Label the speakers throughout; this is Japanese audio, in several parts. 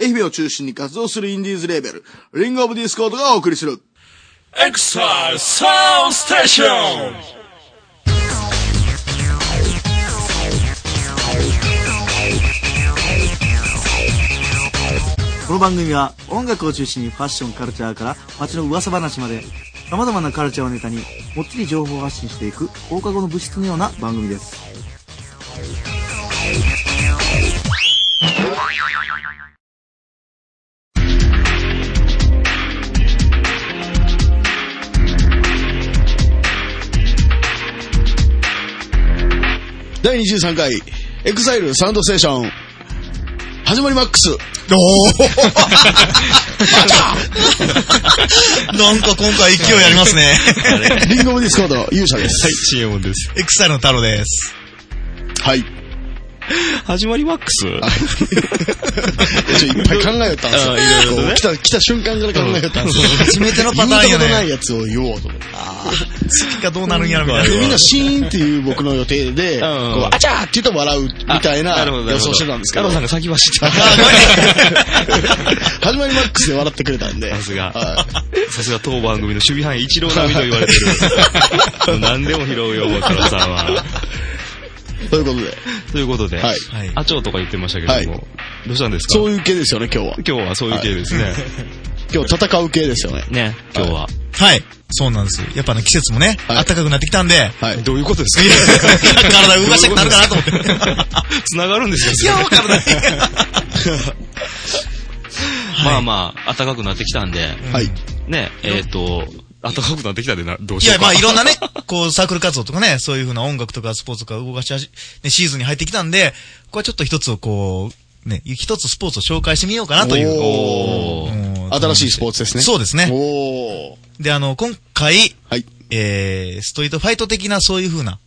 Speaker 1: 愛媛を中心に活動するインディーズレーベル、リングオブディスコードがお送りする。
Speaker 2: エクササウンステーション
Speaker 3: この番組は音楽を中心にファッションカルチャーから街の噂話まで様々なカルチャーをネタにもっちり情報を発信していく放課後の物質のような番組です
Speaker 1: 第23回、エクサイルサウンドステーション、始まりマックス。
Speaker 4: おおなんか今回勢いありますね。
Speaker 1: リングオブディスコード、勇者です。
Speaker 5: はい、CM です。
Speaker 4: エクサイルの太郎です。
Speaker 1: はい。
Speaker 5: 始まりマックス
Speaker 1: ちょいっぱい考えよったんですよ。
Speaker 5: あいろいろとね
Speaker 1: こう来た、来た瞬間から考えよったんですよ。
Speaker 4: 初めてのパターン
Speaker 1: 言う
Speaker 4: や
Speaker 1: ことな
Speaker 4: ね。
Speaker 1: い やつを言おうと思って。
Speaker 4: 次がどうなるんやろみた
Speaker 1: で、み
Speaker 4: い
Speaker 1: ん
Speaker 4: な
Speaker 1: な。シーンっていう僕の予定で、こ
Speaker 5: ん
Speaker 1: う、あちゃーって言って笑うみたいな
Speaker 5: なるほどなるほど
Speaker 1: 予想してたんですけ
Speaker 5: 太
Speaker 1: ど
Speaker 5: 郎、さんが先走っ
Speaker 1: 始まりマックスで笑ってくれたんで。
Speaker 5: た。さすが。
Speaker 1: は
Speaker 5: さすが当番組の守備範囲一郎並みと言われてる。何でも拾うよ、太郎さんは。
Speaker 1: い。 ということで、
Speaker 5: ということで、
Speaker 1: は
Speaker 4: は
Speaker 1: い。
Speaker 4: い。
Speaker 5: アチョウとか言ってましたけども、
Speaker 1: はい
Speaker 5: どうしたんです
Speaker 1: そう
Speaker 5: か
Speaker 1: いう系ですよね、今日は。
Speaker 5: 今日はそういう系ですね。
Speaker 1: 今日戦う系ですよね。
Speaker 5: ね、今日は。
Speaker 4: はい。そうなんですよ。やっぱね、季節もね、
Speaker 1: はい
Speaker 4: 暖かくなってきたんで、いや
Speaker 1: はい。
Speaker 5: どういうことです
Speaker 4: 体動かしたくなるかなと思って。
Speaker 5: か繋がるんです
Speaker 4: い
Speaker 5: よ
Speaker 4: や、。わからない。
Speaker 5: まあまあ、暖かくなってきたんで、
Speaker 1: はい。
Speaker 5: ね、えっと、暖かくなってきたんでな、どう
Speaker 4: い
Speaker 5: しよ
Speaker 4: や、
Speaker 5: うか。
Speaker 4: まあいろんなね、こうサークル活動とかね、そういうふうな音楽とかスポーツとか動かし始ね、シーズンに入ってきたんで、ここはちょっと一つをこう、ね、一つスポーツを紹介してみようかなという。
Speaker 1: おー。
Speaker 4: うん
Speaker 1: 新しいスポーツですね。
Speaker 4: そうですね。
Speaker 1: おー。
Speaker 4: で、あの、今回、
Speaker 1: はい。
Speaker 4: えー、ストリートファイト的なそういう風な、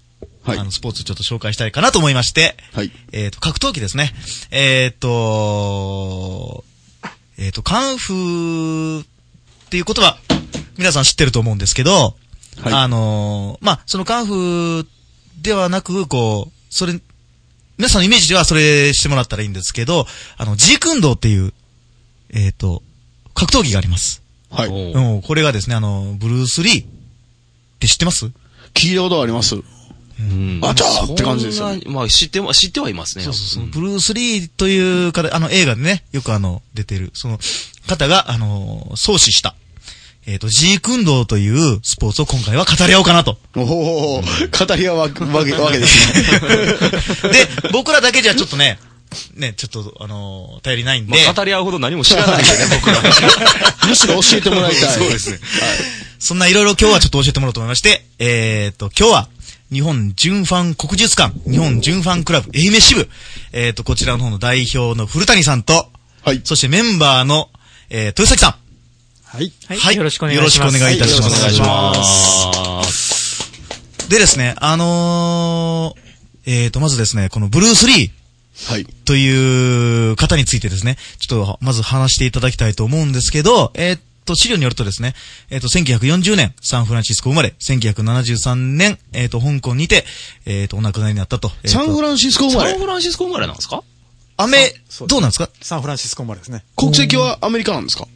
Speaker 1: はい
Speaker 4: あの、スポーツをちょっと紹介したいかなと思いまして、
Speaker 1: はい。
Speaker 4: えっ、と、格闘技ですね。えっ、と、えっ、と、カンフーっていう言葉、皆さん知ってると思うんですけど、
Speaker 1: はい
Speaker 4: あのーまあ、そのカンフーではなく、こう、それ、皆さんのイメージではそれしてもらったらいいんですけど、あの、ジークンドーっていう、えっ、と、格闘技があります。
Speaker 1: はい。
Speaker 5: おー
Speaker 4: うん、これがですね、あの、ブルース・リーって知ってます
Speaker 1: 聞いたことあります。
Speaker 5: うん
Speaker 1: あちゃーって感じですよね
Speaker 5: そんなまあ知っては、知ってはいますね。
Speaker 4: うんブルース・リーという方、あの、映画でね、よくあの、出てる、その方が、あの、創始した、えっ、と、ジークンドーというスポーツを今回は語り合おうかなと。
Speaker 1: おー、語り合うわけわけわけですね。
Speaker 4: で、僕らだけじゃちょっとね、ね、ちょっと、あの、頼りないんで、
Speaker 5: まあ、語り合うほど何も知らないんでね、僕ら。
Speaker 1: むしろ教えてもらい たい。
Speaker 5: そうですね。
Speaker 4: そんないろいろ今日はちょっと教えてもらおうと思いまして、えっ、と、今日は、日本純ファン国術館、日本純ファンクラブ愛媛支部、えっ、と、こちらの方の代表の古谷さんと、
Speaker 1: はい。
Speaker 4: そしてメンバーの、えー、豊崎さ
Speaker 1: はい。
Speaker 4: ん。
Speaker 6: はい。よろしくお願いします。
Speaker 4: よろしくお願いいたします。
Speaker 1: はいよろしくお願いしま
Speaker 5: ます。
Speaker 4: でですね、あのー、えーと、まずですね、このブルース・リー
Speaker 1: はい。
Speaker 4: という方についてですね、ちょっとまず話していただきたいと思うんですけど、えーと、資料によるとですね、えーと、1940年、サンフランシスコ生まれ、1973年、えーと、香港にて、えーと、お亡くなりになったと。えーと
Speaker 1: サンフランシスコ生ま
Speaker 5: サン
Speaker 1: れ。
Speaker 5: フランシスコ生まれなんですか
Speaker 4: アメ
Speaker 6: そうです
Speaker 4: どうなんですか
Speaker 6: サンフランシスコ生まれですね。
Speaker 1: 国籍はアメリカなんですか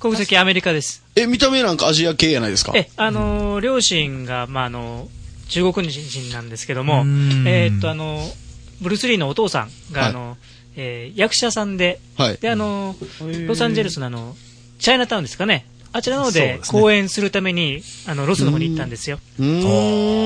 Speaker 7: 国籍アメリカです。
Speaker 1: え、見た目なんかアジア系やないですか
Speaker 7: え、あのー、両親が、まあ、あのー、中国人なんですけども
Speaker 4: うー、ん
Speaker 7: えーっと、あのー、ブルース・リーのお父さんが、
Speaker 1: はい
Speaker 7: あのー、えー役者さんで、
Speaker 1: はい。
Speaker 7: で、あのー、ロサンゼルスのあの、チャイナタウンですかね。あちらの方
Speaker 6: そう
Speaker 7: で
Speaker 6: ですね
Speaker 7: 公演するために、あの、ロスの方に行ったんですよ。
Speaker 1: うーん。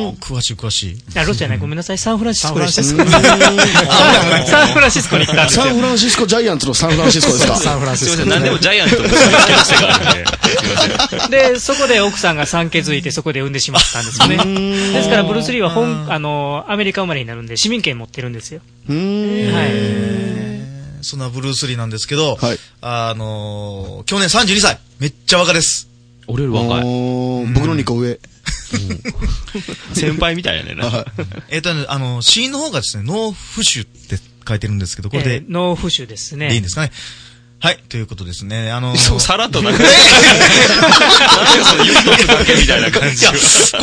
Speaker 4: おー詳しい詳しい。
Speaker 7: あ、ロスじゃない、ごめんなさい、サンフランシスコでした。
Speaker 6: サンフランシスコ
Speaker 7: あ サンフランシスコに行ったんですよ
Speaker 1: サン。フランシスコジャイアンツのサンフランシスコですか
Speaker 6: サンフラン
Speaker 5: す
Speaker 6: シ
Speaker 5: いませ
Speaker 6: スコ。
Speaker 5: ん、何でもジャイアントの人に付けしてからね。
Speaker 7: で、そこで奥さんが産気づいてそこで産んでしまったんですよね。ですから、ブルース・リーは本、あの、アメリカ生まれになるんで、市民権持ってるんですよ。
Speaker 1: うーん。
Speaker 7: はい。
Speaker 4: そんなブルース・リーなんですけど、
Speaker 1: はい
Speaker 4: あのー、去年32歳。めっちゃ若です。
Speaker 5: 俺より若い。
Speaker 1: おー僕の2個上。
Speaker 5: 先輩みたいやねんな。
Speaker 4: えっ、とね、あの、死因の方がですね、脳浮腫って書いてるんですけど、これ
Speaker 7: え
Speaker 4: で
Speaker 7: ー、脳浮腫ですね。
Speaker 4: でいいんですかね。はい、ということですね。あのー
Speaker 5: そう、さらっとなんか、 なんかその言うとくだけみたいな感
Speaker 4: い
Speaker 5: じ
Speaker 4: や
Speaker 5: は。、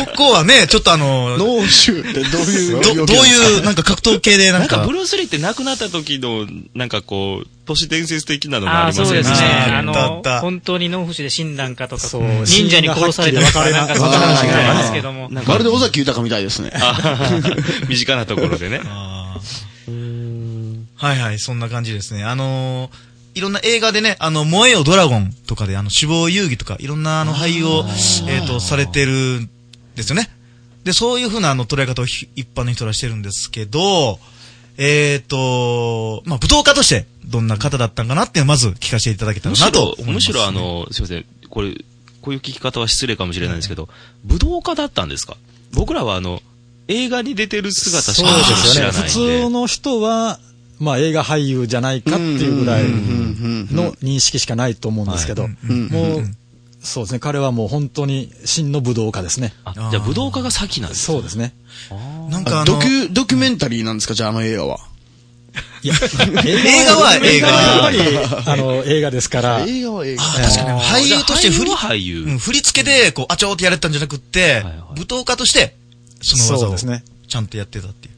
Speaker 4: ここはね、ちょっとあのー
Speaker 1: 脳臭ってどういう
Speaker 4: ど、どういう、なんか格闘系でな
Speaker 5: なんんか
Speaker 4: か
Speaker 5: ブ、ルース・リーって亡くなった時の、なんかこう、都市伝説的なのも
Speaker 7: あ
Speaker 5: あ
Speaker 7: あ、
Speaker 5: りま
Speaker 7: そう
Speaker 5: すよ
Speaker 7: で
Speaker 5: ね
Speaker 7: すね。。
Speaker 4: あ
Speaker 7: あ
Speaker 4: ーだっ
Speaker 7: の
Speaker 4: た、
Speaker 7: 本当にノンフシで死んだんかとか、
Speaker 6: そう
Speaker 7: 忍者に殺されたとか、なんかそんな話がありますけども。
Speaker 1: まるで尾崎豊みたいですね。
Speaker 5: 身近なところでね。
Speaker 4: あーはいはい、そんな感じですね。あのーいろんな映画でね、あの、燃えよドラゴンとかで、あの、死亡遊戯とか、いろんなあの、俳優を、えっ、と、されてるんですよね。で、そういうふうなあの、捉え方をひ一般の人らしてるんですけど、えっ、と、まあ、武道家として、どんな方だったんかなっていうのをまず聞かせていただけたら
Speaker 5: む
Speaker 4: な
Speaker 5: し
Speaker 4: と
Speaker 5: ろ
Speaker 4: 思いま、す、
Speaker 5: むしろあ、の、すいません、これ、こういう聞き方は失礼かもしれないんですけど、武道家だったんですか僕らはあの、映画に出てる姿しか知らないんで。
Speaker 6: 普通の人は、まあ映画俳優じゃないかっていうぐらいの認識しかないと思うんですけど、もう、そうですね、彼はもう本当に真の武道家ですね。
Speaker 5: あじゃあ武道家が先なんですか
Speaker 6: そうですね。
Speaker 4: なんかあ
Speaker 1: ド
Speaker 4: の、
Speaker 1: キュ、ドキュメンタリーなんですかじゃああの映画は。
Speaker 6: いや、
Speaker 4: 映
Speaker 6: 映
Speaker 4: 画は映画
Speaker 6: やっぱり、あの、映画ですから、
Speaker 1: 映画は映画。
Speaker 4: 確かに俳優として振り
Speaker 5: じゃあ俳優は俳優
Speaker 4: うん振り付けで、こう、あちょーってやれたんじゃなくって、
Speaker 5: はいはい
Speaker 4: 舞踏家として、その
Speaker 6: そうで
Speaker 4: 技
Speaker 6: す
Speaker 4: を
Speaker 6: ね。
Speaker 4: ちゃんとやってたっていう。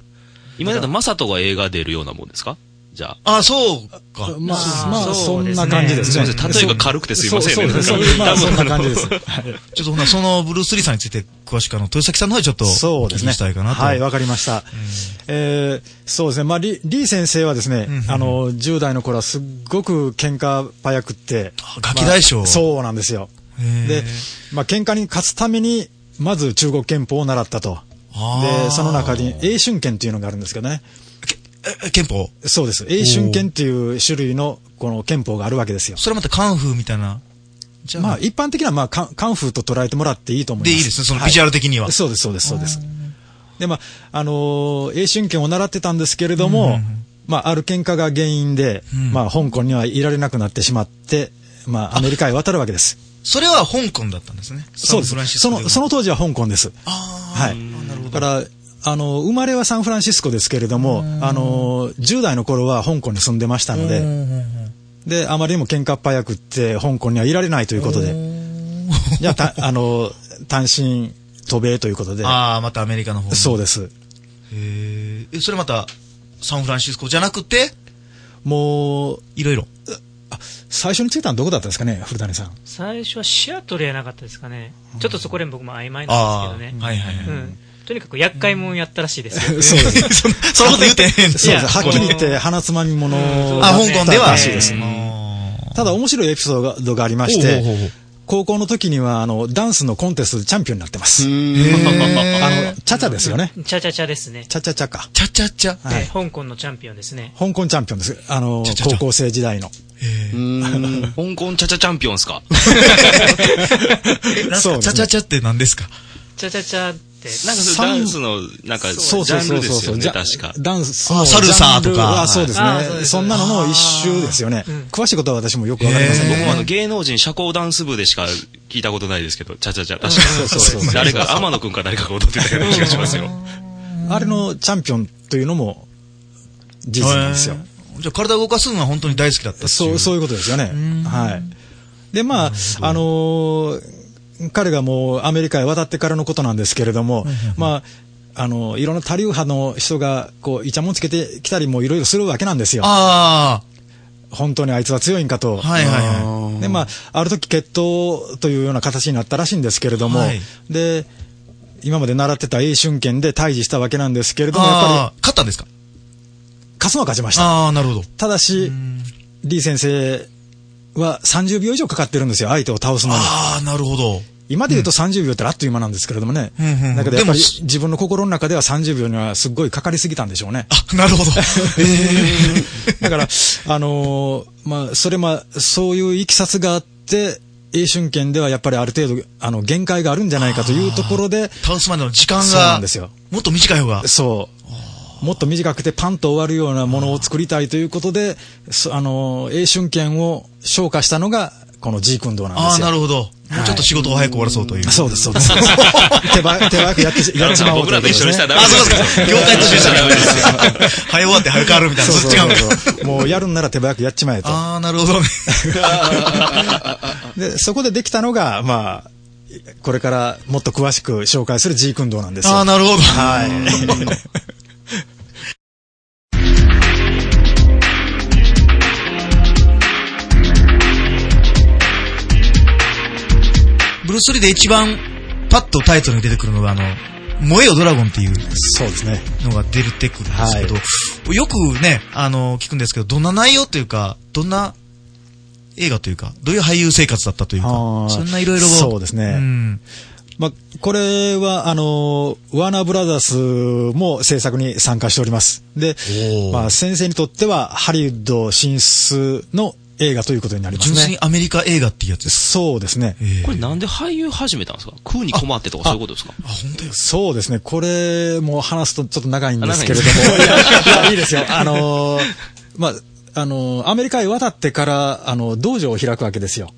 Speaker 5: 今だったらマサトが映画出るようなもんですかじゃあ。
Speaker 4: あ、そうか。
Speaker 6: まあ、まあ、
Speaker 7: そ
Speaker 6: そう
Speaker 7: で
Speaker 6: ん
Speaker 7: すね
Speaker 6: な感じです
Speaker 5: すい
Speaker 6: ね。
Speaker 5: ません、例えが軽くてすいませんね。
Speaker 6: そうそうですね。ま
Speaker 5: な
Speaker 6: あ、
Speaker 5: んか
Speaker 6: そん
Speaker 5: 多
Speaker 6: な
Speaker 5: 分あ
Speaker 6: 感
Speaker 5: の
Speaker 6: じです。はい
Speaker 4: ちょっとほな、そのブルース・リーさんについて詳しくあの、豊崎さんの方にちょっと、
Speaker 6: そうですね。
Speaker 4: したいかなと。
Speaker 6: はい、わかりました。えーそうですね。まあ、リリー先生はですね、あの、10代の頃はすっごく喧嘩早くって。
Speaker 4: あガキ大将
Speaker 6: まあそうなんですよ。
Speaker 4: へー
Speaker 6: で、まあ、喧嘩に勝つために、まず中国憲法を習ったと。
Speaker 4: あー
Speaker 6: で、その中に、英春憲っていうのがあるんですけどね。
Speaker 4: ええ憲法
Speaker 6: そうです。英春憲っていう種類の、この憲法があるわけですよ。
Speaker 4: それまたカンフーみたいな。じゃあ、
Speaker 6: まあ、一般的には、まあ、カンカンフーと捉えてもらっていいと思います。
Speaker 4: でいいですね、そのビジュアル的には。
Speaker 6: そうです、そうです、そうです。で、まあ、あのー、英春拳を習ってたんですけれども、まあ、ある喧嘩が原因で、
Speaker 4: ん
Speaker 6: まあ、香港にはいられなくなってしまって、まあ、アメリカへ渡るわけです。
Speaker 4: それは香港だったんですね。
Speaker 6: そうで
Speaker 4: サンフランシ
Speaker 6: す。
Speaker 4: スコ
Speaker 6: その、その当時は香港です。
Speaker 4: あー
Speaker 6: はい。だから、あの、生まれはサンフランシスコですけれども、あの、10代の頃は香港に住んでましたの
Speaker 4: うん
Speaker 6: で、
Speaker 4: うんうん
Speaker 6: で、あまりにも喧嘩っ早くって、香港にはいられないということで、じゃあ、たあの、単身渡米ということで、
Speaker 4: ああ、またアメリカの方に
Speaker 6: そうです。
Speaker 4: へーえ、それまた、サンフランシスコじゃなくて、
Speaker 6: もう、
Speaker 4: いろいろ。
Speaker 6: 最初に着いたのどこだったんですかね、古 谷さん。
Speaker 7: 最初はシアトルやなかったですかね。ちょっとそこら辺僕も曖昧なんですけどね。
Speaker 4: はいはいはい。
Speaker 7: うん。とにかく厄介者やったらしいですよ。
Speaker 6: そうです。
Speaker 4: そんなそんなこと言うてへん
Speaker 6: そう
Speaker 7: い
Speaker 6: で
Speaker 7: や
Speaker 6: す。はっきり言って、鼻つまみ者
Speaker 7: うん
Speaker 4: あ、
Speaker 7: そ
Speaker 6: だ
Speaker 7: う
Speaker 6: っ
Speaker 4: 香港では。
Speaker 6: たらしいです
Speaker 7: え。
Speaker 6: ただ面白いエピソードがありま
Speaker 4: ほ
Speaker 6: し
Speaker 4: うほうほうほう
Speaker 6: て、高校の時には、あの、ダンスのコンテストでチャンピオンになってます。あの、チャチャですよね。
Speaker 7: チャチャチャですね。
Speaker 6: チャチャチャか。
Speaker 4: ちゃちゃちゃ。
Speaker 6: はい
Speaker 7: で香港のチャンピオンですね。
Speaker 6: 香港チャンピオンです。あの
Speaker 4: チャチ、ャチャ
Speaker 6: 高校生時代の。
Speaker 5: 香港チャチャチャンピオンっすか
Speaker 4: なんす
Speaker 6: そう
Speaker 4: か
Speaker 6: です
Speaker 4: ちゃ
Speaker 6: ね
Speaker 4: ちゃちゃって何ですか
Speaker 7: チャチャチャって、
Speaker 5: なんかそれダンスの、なんか、ジャンルですよね、
Speaker 6: ジャ
Speaker 5: 確か。
Speaker 6: ダンスの
Speaker 4: あ
Speaker 6: ジャン
Speaker 4: サ
Speaker 6: ルは。
Speaker 4: ルサとか
Speaker 6: あそうです
Speaker 7: あそうで
Speaker 6: ね。
Speaker 7: す
Speaker 6: そんなのの一周ですよね。詳しいことは私もよくわかりません
Speaker 5: 僕
Speaker 6: けど。
Speaker 5: もあの芸能人社交ダンス部でしか聞いたことないですけど、チャチャチャ、確かそうそうそう誰か、天野くんか誰かが踊ってたような気がしますよ。
Speaker 6: あれのチャンピオンというのも、事実なんですよ。
Speaker 4: へーじゃあ体動かすのは本当に大好きだったっていう。
Speaker 6: そう、そう
Speaker 4: う。
Speaker 6: いうことですよね。はい。で、まあ、あのー彼がもうアメリカへ渡ってからのことなんですけれども、まあ、あのいろんな多流派の人が、こう、いちゃもんつけてきたりもいろいろするわけなんですよ。
Speaker 4: あ
Speaker 6: 本当にあいつは強いんかと。
Speaker 4: あ、はいはいは
Speaker 6: で、まあ、ある時決闘というような形になったらしいんですけれども、
Speaker 4: はい
Speaker 6: で、今まで習ってた英春拳で退治したわけなんですけれ
Speaker 4: い。
Speaker 6: ども、やっぱ
Speaker 4: ああ、勝ったんですか
Speaker 6: り、勝つのは勝ちました。
Speaker 4: ああ、なるほど。
Speaker 6: ただし、李先生は30秒以上かかってるんですよ、相手を倒すのに。
Speaker 4: ああ、なるほど。
Speaker 6: 今で言うと30秒ってあっという間なんですけれどもね。
Speaker 4: うんうんうん
Speaker 6: だけどやっぱり
Speaker 4: でも
Speaker 6: 自分の心の中では30秒にはすっごいかかりすぎたんでしょうね。
Speaker 4: あ、なる ほど。ええ。
Speaker 6: だから、あのーまあ、それま、そういういきさつがあって、英春圏ではやっぱりある程度、あの、限界があるんじゃないかというところで、
Speaker 4: 倒すまでの時間が。
Speaker 6: そうなんですよ。
Speaker 4: もっと短い方が。
Speaker 6: そう。もっと短くてパンと終わるようなものを作りたいということで、そあのー、英春拳を昇華したのが、このジークンドーなん
Speaker 4: あ
Speaker 6: で
Speaker 4: あ、
Speaker 6: すよ。
Speaker 4: なるほど。もうちょっと仕事を早く終わらそうという。
Speaker 6: そうです、そうです。手早手早くやってし、やっちまおう
Speaker 5: 僕らと一緒にしたらダ
Speaker 4: あ、
Speaker 5: メ
Speaker 4: そうですか。業界としてしたらダメですよ。早終わって早く変わるみたいな、
Speaker 6: そう
Speaker 4: そ
Speaker 6: そ
Speaker 4: っち
Speaker 6: う
Speaker 4: が。
Speaker 6: そうそうもうやるんなら手早くやっちまえと。
Speaker 4: あー、なるほどね。
Speaker 6: で、そこでできたのが、まあ、これからもっと詳しく紹介する G 君堂なんですよ。
Speaker 4: あー、なるほど。
Speaker 6: はい。
Speaker 4: ブルース・リーで一番パッとタイトルに出てくるのが、あの、燃えよドラゴンっていう
Speaker 6: そうですね。
Speaker 4: のが出てくるんですけど、よくね、あの、聞くんですけど、どんな内容というか、どんな映画というか、どういう俳優生活だったというか
Speaker 6: あー、
Speaker 4: そんないろいろ。
Speaker 6: そうですね
Speaker 4: ん
Speaker 6: まあ、これは、あの、ワーナーブラザースも制作に参加しております。で、まあ、先生にとっては、ハリウッド進出の映画ということになります
Speaker 4: 純粋に
Speaker 6: ね。
Speaker 4: アメリカ映画っていうやつです。
Speaker 6: そうですね。
Speaker 5: これなんで俳優始めたんですか食うに困ってとかそういうことですか
Speaker 4: あ、本当よ。
Speaker 6: そうですね。これも話すとちょっと長いんですけれど
Speaker 5: あ
Speaker 6: も。いやいや、いいですよ。あのーまあ、あのーアメリカへ渡ってから、あの、道場を開くわけですよ。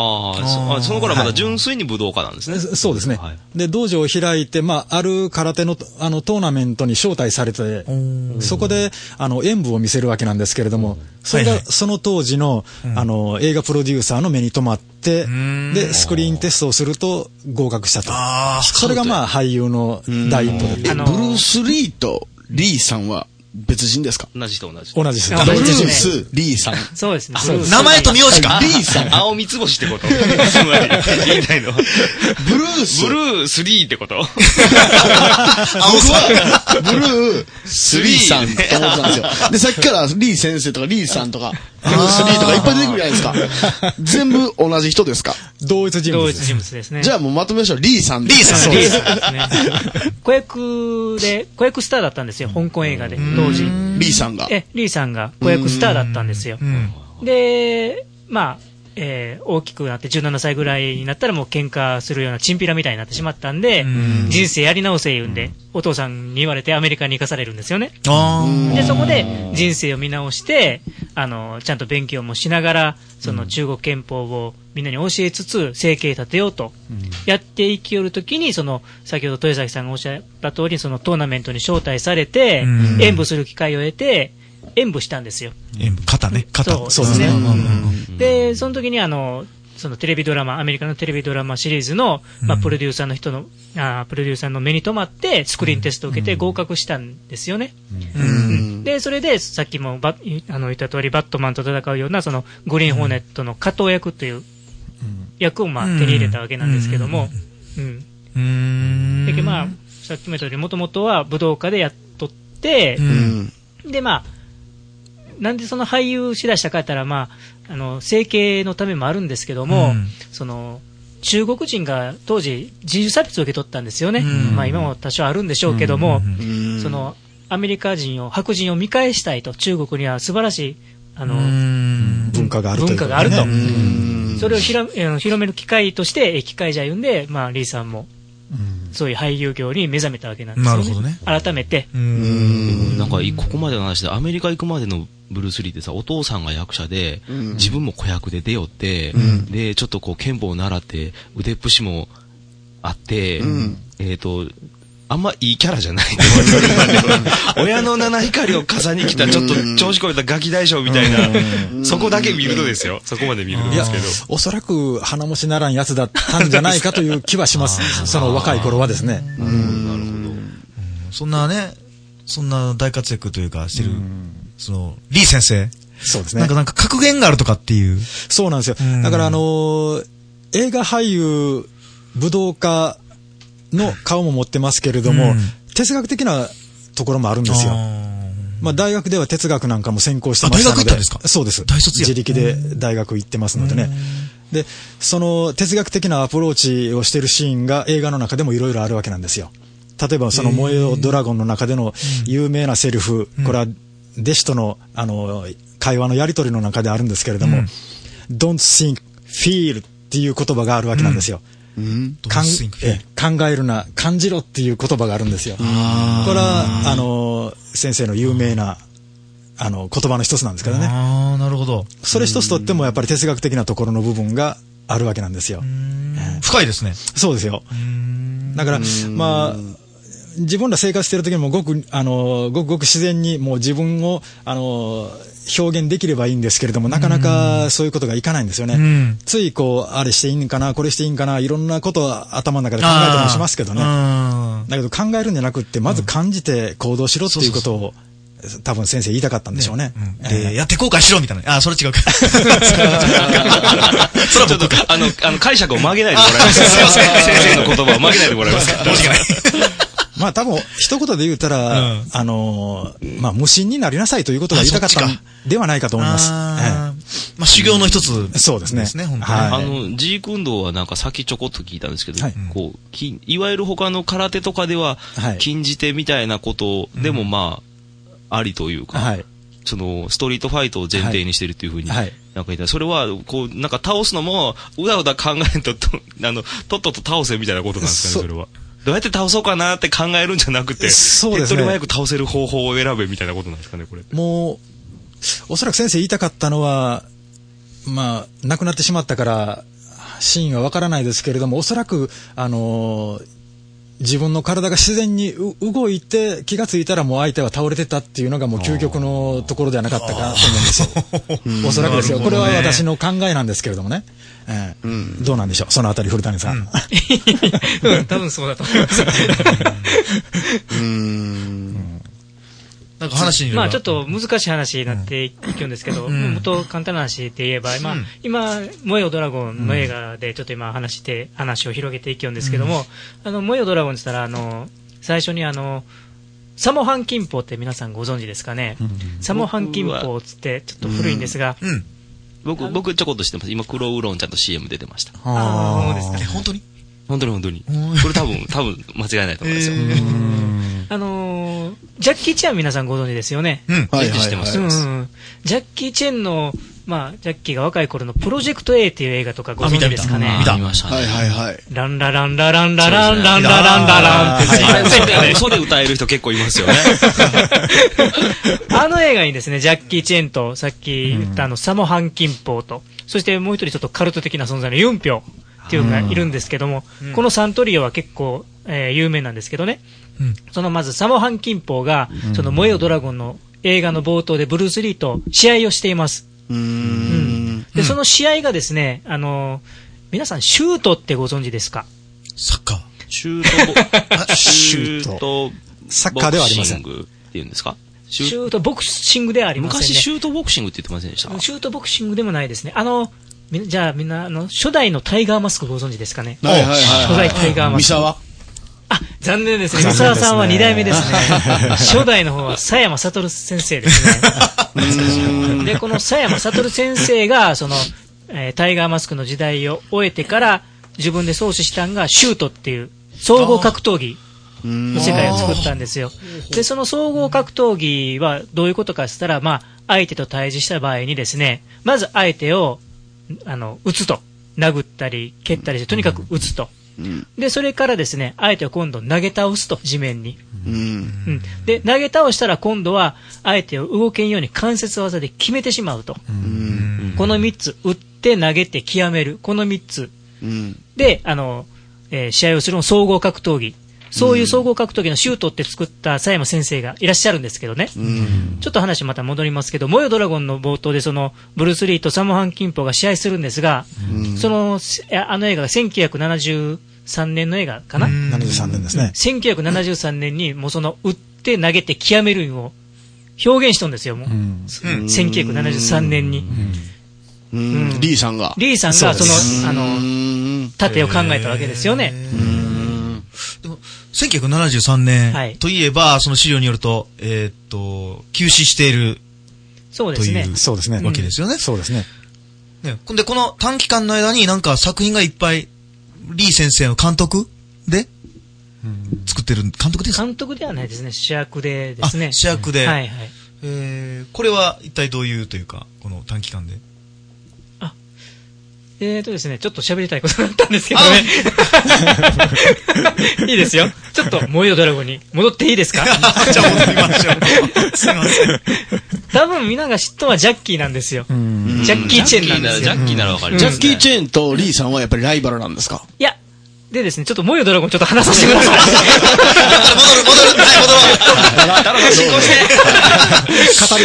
Speaker 5: あーそあ、その頃はまだ純粋に武道家なんですね。
Speaker 6: そそうですね。
Speaker 5: はい
Speaker 6: で、道場を開いて、まあ、ある空手の、あの、トーナメントに招待されて、そこで、あの、演舞を見せるわけなんですけれども、それ
Speaker 4: は
Speaker 6: が
Speaker 4: いは、
Speaker 6: その当時の、あの、映画プロデューサーの目に留まって
Speaker 4: ん、
Speaker 6: で、スクリーンテストをすると合格したと。
Speaker 4: あー、
Speaker 6: それが、まあ、俳優の第一歩だった
Speaker 1: え、
Speaker 7: あの
Speaker 1: ブルース・リーとリーさんは別人ですか
Speaker 5: 同じ人同じ人。
Speaker 6: 同じです。
Speaker 7: あ
Speaker 1: ブル
Speaker 7: 同
Speaker 1: ー
Speaker 7: じ
Speaker 1: ス・リーさん。
Speaker 7: そうですね。
Speaker 4: 名前と名字か。
Speaker 1: リーさん。
Speaker 5: 青三つ星ってこと つまり、言いたいのは。
Speaker 1: ブルース。
Speaker 5: ブルースリーってこと
Speaker 4: 青さん。
Speaker 1: ブルースリーさんって思ってたんですよ。で、さっきからリー先生とかリーさんとか、ブルースリーとかいっぱい出てくるじゃないですか。全部同じ人ですか。
Speaker 6: 同一人物
Speaker 7: 同
Speaker 6: で
Speaker 7: 一
Speaker 6: す。
Speaker 7: 人物ですね。
Speaker 1: じゃあもうまとめましょう。リーさんで。
Speaker 4: リーさん
Speaker 7: リーさんですね。子役で、子役スターだったんですよ、香港映画で、当時。
Speaker 1: リーさんが。
Speaker 7: え、リーさんが子役スターだったんですよ
Speaker 4: う。ん。
Speaker 7: で、まあ、えー大きくなって17歳ぐらいになったらもう喧嘩するようなチンピラみたいになってしまったんで、人生やり直せ言うんで、お父さんに言われてアメリカに行かされるんですよね。
Speaker 4: あー。
Speaker 7: で、そこで人生を見直して、あの、ちゃんと勉強もしながら、その中国憲法をみんなに教えつつ、生計立てようと、やって生きよるときに、その、先ほど豊崎さんがおっしゃった通り、そのトーナメントに招待されて
Speaker 4: うん、
Speaker 7: 演舞する機会を得て、演舞したんですよ。
Speaker 4: え肩ね、肩。
Speaker 7: そうそうですね
Speaker 4: んんん
Speaker 7: で、その時にあの、そのテレビドラマ、アメリカのテレビドラマシリーズの、まあ、プロデューサーの人の、あープロデューサーの目に留まって、スクリーンテストを受けて合格したんですよね。うんで、それで、さっきもバあの言った通り、バットマンと戦うような、その、グリーンホーネットの加藤役という役を、まあ、
Speaker 4: うん
Speaker 7: 手に入れたわけなんですけども、うん。
Speaker 4: うーん。
Speaker 7: だけどまあ、さっきも言った通り、もともとは武道家でやっとって、
Speaker 1: うん。
Speaker 7: で、まあ、なんでその俳優しだしたかやったら、まあ、あの、整形のためもあるんですけど
Speaker 4: う
Speaker 7: も、
Speaker 4: ん
Speaker 7: その、中国人が当時人種差別を受け取ったんですよね。
Speaker 4: ん
Speaker 7: まあ今も多少あるんでしょうけども、
Speaker 4: うん
Speaker 1: うん
Speaker 7: そ、の、アメリカ人を、白人を見返したいと、中国には素晴らしい、あ
Speaker 4: う
Speaker 7: の、
Speaker 4: ん。
Speaker 6: 文化があるとい
Speaker 7: 文
Speaker 6: う、
Speaker 7: 化があると。
Speaker 1: うん
Speaker 7: それをひらあの広める機会として、え機会じゃ言うんで、まあ、リーさんも、そういう俳優業に目覚めたわけなんですよ、ね。
Speaker 4: なるほどね
Speaker 7: 改めて。
Speaker 4: うん
Speaker 5: なんか、いここまでの話で、アメリカ行くまでのブルース・リーってさ、お父さんが役者で、自分も子役で出よって、で、ちょっとこう、剣法を習って、腕っぷしもあって、えっ、と、あんまいいキャラじゃないと思うんですけど親の七光を重ねきた、ちょっと調子こいたガキ大将みたいな、そこだけ見るとですよ。そこまで見ると
Speaker 6: い
Speaker 5: で
Speaker 6: や
Speaker 5: すけど。、
Speaker 6: おそらく鼻もしならんやつだったんじゃないかという気はします。その若い頃はですね。
Speaker 4: そんなね、そんな大活躍というかしてる、その、リー先生。
Speaker 6: そうです
Speaker 4: な
Speaker 6: ね
Speaker 4: んか。なんか格言があるとかっていう。
Speaker 6: そうなんですよ
Speaker 4: うん。
Speaker 6: だからあのー映画俳優、武道家の顔も持ってますけれど
Speaker 4: う
Speaker 6: も
Speaker 4: ん、
Speaker 6: 哲学的なところもあるんですよ
Speaker 4: あ。ー
Speaker 6: まあ大学では哲学なんかも専攻してましたので。
Speaker 4: あ大学行ったんですか
Speaker 6: そうです。
Speaker 4: 大卒や
Speaker 6: 自力で大学行ってますのでね。で、その哲学的なアプローチをしてるシーンが映画の中でもいろいろあるわけなんですよ。例えばその燃えよドラゴンの中での有名なセリフ、これは弟子とのあの、会話のやりとりの中であるんですけれども、don't think, feel っていう言葉があるわけなんですよ。かん
Speaker 4: ドレスインク
Speaker 6: ええ考えるな、感じろっていう言葉があるんですよ。これは、あの、先生の有名な、あの、言葉の一つなんですけどね。
Speaker 4: あー、なるほど。
Speaker 6: それ一つとってもやっぱり哲学的なところの部分があるわけなんですよ。ええ
Speaker 4: 深いですね。
Speaker 6: そうですよ。だから、まあ、自分ら生活してる時にもごく、あの、ごくごく自然にもう自分を、あの、表現できればいいんですけれども、なかなかそういうことがいかないんですよね。
Speaker 4: うん
Speaker 6: ついこう、あれしていいんかな、これしていいんかな、いろんなことを頭の中で考えたりもしますけどね。
Speaker 4: あー
Speaker 6: だけど考えるんじゃなくって、まず感じて行動しろっていうことを、多分先生言いたかったんでしょうね。
Speaker 4: うん
Speaker 6: ええ
Speaker 4: で、やって後悔しろみたいな。あー、それ 違うか。それは違うかそれは
Speaker 5: ちょっ
Speaker 4: 僕
Speaker 5: と
Speaker 4: か。、
Speaker 5: あの、あの、解釈を曲げないでもらえますか
Speaker 4: すいません
Speaker 5: 先生の言葉を曲げないでもらえますか
Speaker 4: 申し訳ない。
Speaker 6: まあ多分、一言で言うたら、
Speaker 4: うん
Speaker 6: あのーまあ無心になりなさいということが言いたかった
Speaker 4: あ
Speaker 6: ん
Speaker 4: そっちか
Speaker 6: ではないかと思います。
Speaker 4: あ
Speaker 6: え
Speaker 4: ーまあ、修行の一つ。
Speaker 6: えそうですね。
Speaker 4: ですね、本当にね。
Speaker 6: はい
Speaker 5: あの、ジーク運動はなんかさっきちょこっと聞いたんですけど、
Speaker 6: はい
Speaker 5: こう、きいわゆる他の空手とかでは
Speaker 6: は、い
Speaker 5: 禁じ手みたいなことでもまあ、ありというか、
Speaker 6: はい。
Speaker 5: その、ストリートファイトを前提にしてるっていうふうに、
Speaker 6: はい
Speaker 5: なんか言ったそれは、こう、なんか倒すのも、うだうだ考えんと、 と、あの、とっとと倒せみたいなことなんですかね、そ
Speaker 6: そ
Speaker 5: れは。どうやって倒そうかなって考えるんじゃなくて、
Speaker 6: そうですね
Speaker 5: 手っ取り早く倒せる方法を選べみたいなことなんですかね、これ。
Speaker 6: もう、おそらく先生言いたかったのは、まあ、亡くなってしまったから、真意はわからないですけれども、おそらく、あのー自分の体が自然にう動いて、気がついたらもう相手は倒れてたっていうのがもう究極のところではなかったかと思うんですよ。おそらくですよ。
Speaker 4: なるほ
Speaker 6: これ
Speaker 4: ど
Speaker 6: は
Speaker 4: ね
Speaker 6: 私の考えなんですけれどもね。ええどうなんでしょうそのあたり、古谷さん。
Speaker 7: うん、多分そうだと思います。
Speaker 4: なんか話によれば
Speaker 7: まあちょっ、と難しい話になっていくんですけど、
Speaker 4: ん
Speaker 7: もっと簡単な話で言えば、まあ
Speaker 4: うん
Speaker 7: 今、燃えよドラゴンの映画でちょっと今話して、話を広げていくんですけども、あの、燃えよドラゴンって言ったら、あの、最初にあの、サモハンキンポって皆さんご存知ですかね、サモハンキンポっつってちょっと古いんですが、
Speaker 4: うん。
Speaker 5: 僕、僕ちょこっと知ってます。今、黒ウーロンちゃんと CM 出てました。
Speaker 7: ああ、そうですか
Speaker 4: え、。本当に
Speaker 5: 本当に本当に
Speaker 4: うん。
Speaker 5: これ多分、多分、間違いないと思いますよ。
Speaker 4: え
Speaker 7: あのージャッキー・チェン皆さんご存知ですよね。
Speaker 4: うん。
Speaker 1: はい
Speaker 5: リンクしてます
Speaker 7: うんうんうんジャッキー・チェンの、まあ、ジャッキーが若い頃のプロジェクト A っていう映画とかご
Speaker 4: あ
Speaker 7: 存
Speaker 4: 見た
Speaker 7: 知ですかね。
Speaker 4: 見た
Speaker 5: 見ました
Speaker 1: はい
Speaker 5: ね。
Speaker 1: はいはい。
Speaker 7: ランラランラランラランランラランラランって
Speaker 5: あれ嘘であれ嘘で歌える人結構いますよね。
Speaker 7: あの映画にですね、ジャッキー・チェンと、さっき言ったあの、サモ・ハン・キンポーと、そしてもう一人ちょっとカルト的な存在のユンピョっていうのがいるんですけども、このサントリオは結構、えー有名なんですけどね、
Speaker 4: うん
Speaker 7: そのまずサモ・ハン・キンポーが、その、燃えよドラゴンの映画の冒頭でブルース・リーと試合をしています。
Speaker 1: うー
Speaker 7: うん
Speaker 1: ん。
Speaker 7: で、その試合がですね、あの、皆さん、シュートってご存知ですか
Speaker 4: サッカー。
Speaker 5: シュートボ、シュート、
Speaker 6: サッカーではありません
Speaker 5: ボクシングっていうんですかシ
Speaker 7: シ
Speaker 5: ュー
Speaker 7: ュートボクシングではありませんね。
Speaker 5: 昔シュートボクシングって言ってませんでした
Speaker 7: シュートボクシングでもないですね。あの、みじゃあみんな、あの、初代のタイガーマスクご存知ですかね。
Speaker 1: はいはいはい。
Speaker 7: 初代タイガーマ
Speaker 1: 三
Speaker 7: スク。
Speaker 1: 沢
Speaker 7: あ、残念ですね。三沢
Speaker 6: 残念ですね
Speaker 7: さんは2代目ですね。初代の方は佐山悟先生ですね。で、この佐山悟先生が、その、えータイガーマスクの時代を終えてから、自分で創始したんが、シュートっていう、総合格闘技の世界を作ったんですよ。で、その総合格闘技はどういうことかしたら、まあ、相手と対峙した場合にですね、まず相手を、あの、打つと。殴ったり、蹴ったりして、とにかく打つと。で、それからですね、相手を今度投げ倒すと、地面に。
Speaker 1: うん。
Speaker 7: うん。で、投げ倒したら今度は、相手を動けんように関節技で決めてしまうと。この3つ、打って投げて極める。この3つ。
Speaker 1: うん。
Speaker 7: で、あの、えー試合をするの総合格闘技。そういう総合格闘技のシュートって作った佐山先生がいらっしゃるんですけどね。ちょっと話また戻りますけど、モヨドラゴンの冒頭でその、ブルース・リーとサモハン・キンポが試合するんですが、その、しああの映画が1973年の映画かな、
Speaker 6: 73年ですね。
Speaker 7: 1973年にもうその打って投げて極めるを表現したんですよ、もう。1973年に。
Speaker 1: うん。リーさんが。
Speaker 7: リーさんがその、あ
Speaker 1: う
Speaker 7: の、
Speaker 1: ーん。
Speaker 7: 盾を考えたわけですよね。
Speaker 4: でも、1973
Speaker 7: は
Speaker 4: 年
Speaker 7: い
Speaker 4: といえば、その資料によると、えーっと、休止している
Speaker 7: そうで
Speaker 4: と
Speaker 7: す
Speaker 4: い
Speaker 7: ね
Speaker 4: う。
Speaker 6: そうですね。
Speaker 4: わけですよね。
Speaker 6: そうですね。
Speaker 4: ねほんで、この短期間の間になんか作品がいっぱい、リー先生の監督で、作ってる、監督ですか
Speaker 7: 監督ではないですね、主役でです
Speaker 4: あ
Speaker 7: ね。
Speaker 4: 主役で
Speaker 7: はいはい。
Speaker 4: えーこれは一体どういうというか、この短期間で。
Speaker 7: えーとですね、ちょっと喋りたいことがあったんですけどね。いいですよ。ちょっと、燃えよドラゴンに戻っていいですか
Speaker 4: じゃあ戻りま しょう。すいません。
Speaker 7: 多分みんなが知ったのはジャッキーなんですよ。ジャッキーチェンなんです
Speaker 5: ジ
Speaker 7: よ
Speaker 5: ャ。ッキーならわかります
Speaker 1: ジャ
Speaker 5: ね。
Speaker 1: ッキー・チェーンとリーさんはやっぱりライバルなんですか
Speaker 7: いや、でですね、ちょっと燃えよドラゴンちょっと話させてください。
Speaker 4: 戻る、戻る、はい、戻ろ
Speaker 6: 語り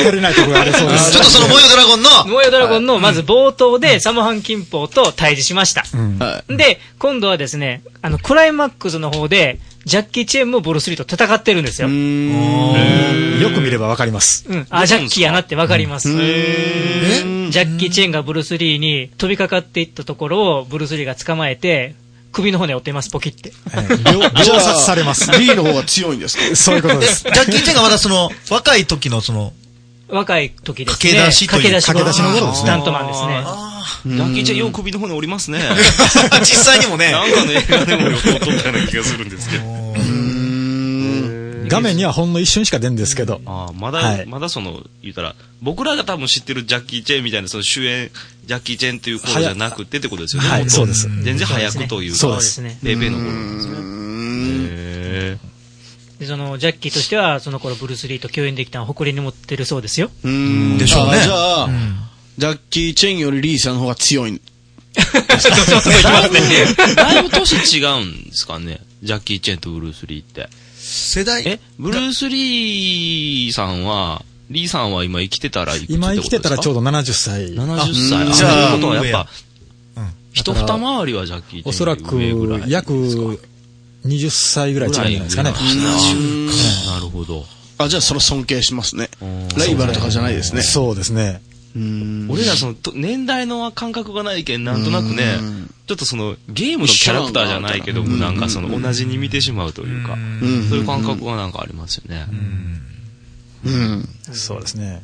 Speaker 6: 足りないところがありそうで
Speaker 4: う。
Speaker 6: す。
Speaker 4: ちょっとその、模様ドラゴンの、
Speaker 7: モーヤドラゴンのまず冒頭でサムハン金峰と対峙しました。
Speaker 1: は
Speaker 7: で、今度はですね、あの、クライマックスの方で、ジャッキー・チェーンもボルスリーと戦ってるんですよ。うん。
Speaker 6: よく見ればわかります。
Speaker 7: あ、ジャッキーやなってわかります。ジャッキー・チェーンがブルース・リーに飛びかかっていったところを、ブルース・リーが捕まえて、首の骨折ってます、ポキって。
Speaker 6: 秒秒殺されます。
Speaker 1: リ ーの方が強いんです か
Speaker 6: そういうことで
Speaker 4: え
Speaker 6: す
Speaker 4: ジ。ャッキー・チェンがまだその、若い時のその、
Speaker 7: 若い時ですね。
Speaker 4: 駆け出しという
Speaker 7: 駆け出し
Speaker 6: 駆け出しの頃ですね
Speaker 7: スタントマンですね。
Speaker 5: ジャッキー・チェン、よう首の方におりますね。
Speaker 4: 実際にもね、
Speaker 2: なんかの映画でもよく撮ったような気がするんですけど。
Speaker 6: 画面にはほんの一瞬しか出んですけど。
Speaker 5: ああ、まだ、
Speaker 6: はい
Speaker 5: まだその、言ったら、僕らが多分知ってるジャッキー・チェンみたいな、その主演、ジャッキー・チェンという頃じゃなくてってことですよね。
Speaker 6: はい
Speaker 5: もっと
Speaker 6: そうです
Speaker 5: 全然早くというか。
Speaker 6: そうです
Speaker 7: そうですね
Speaker 5: レベルの頃なんですね。へ
Speaker 7: で、その、ジャッキーとしては、その頃ブルース・リーと共演できたのを誇りに持ってるそうですよ。
Speaker 1: うん
Speaker 4: でしょうね
Speaker 1: あじゃあ、ジャッキー・チェーンよりリーさんの方が強い。
Speaker 5: えだいぶだいぶ年違うんですかね。ジャッキー・チェンとブルース・リーって。
Speaker 4: 世代、
Speaker 5: え、ブルース・リーさんは、リーさんは今生きてたらいくつってこ
Speaker 6: 今
Speaker 5: と
Speaker 6: 生
Speaker 5: ですか
Speaker 6: きてたらちょうど70歳。
Speaker 5: 70歳。
Speaker 4: じ
Speaker 5: じ
Speaker 4: ゃ
Speaker 5: ゃ
Speaker 4: あ
Speaker 5: あ、ということはやっぱ、一
Speaker 6: だから
Speaker 5: 二回りはジャッキー・チェンより
Speaker 6: おそらく
Speaker 5: 上ぐらい、ですか
Speaker 6: 約20歳ぐらい違うんじゃないですかね。
Speaker 5: 70か。なるほど。
Speaker 1: あ、じゃあそれ尊敬しますね。ライバルとかじゃないですね。
Speaker 6: そうですね。
Speaker 5: 俺らその、と年代の感覚がないけん、なんとなくね、ちょっとその、ゲームのキャラクターじゃないけども、なんかその、同じに見てしまうというか、そういう感覚がなんかありますよね。
Speaker 1: うん。
Speaker 6: そうですね。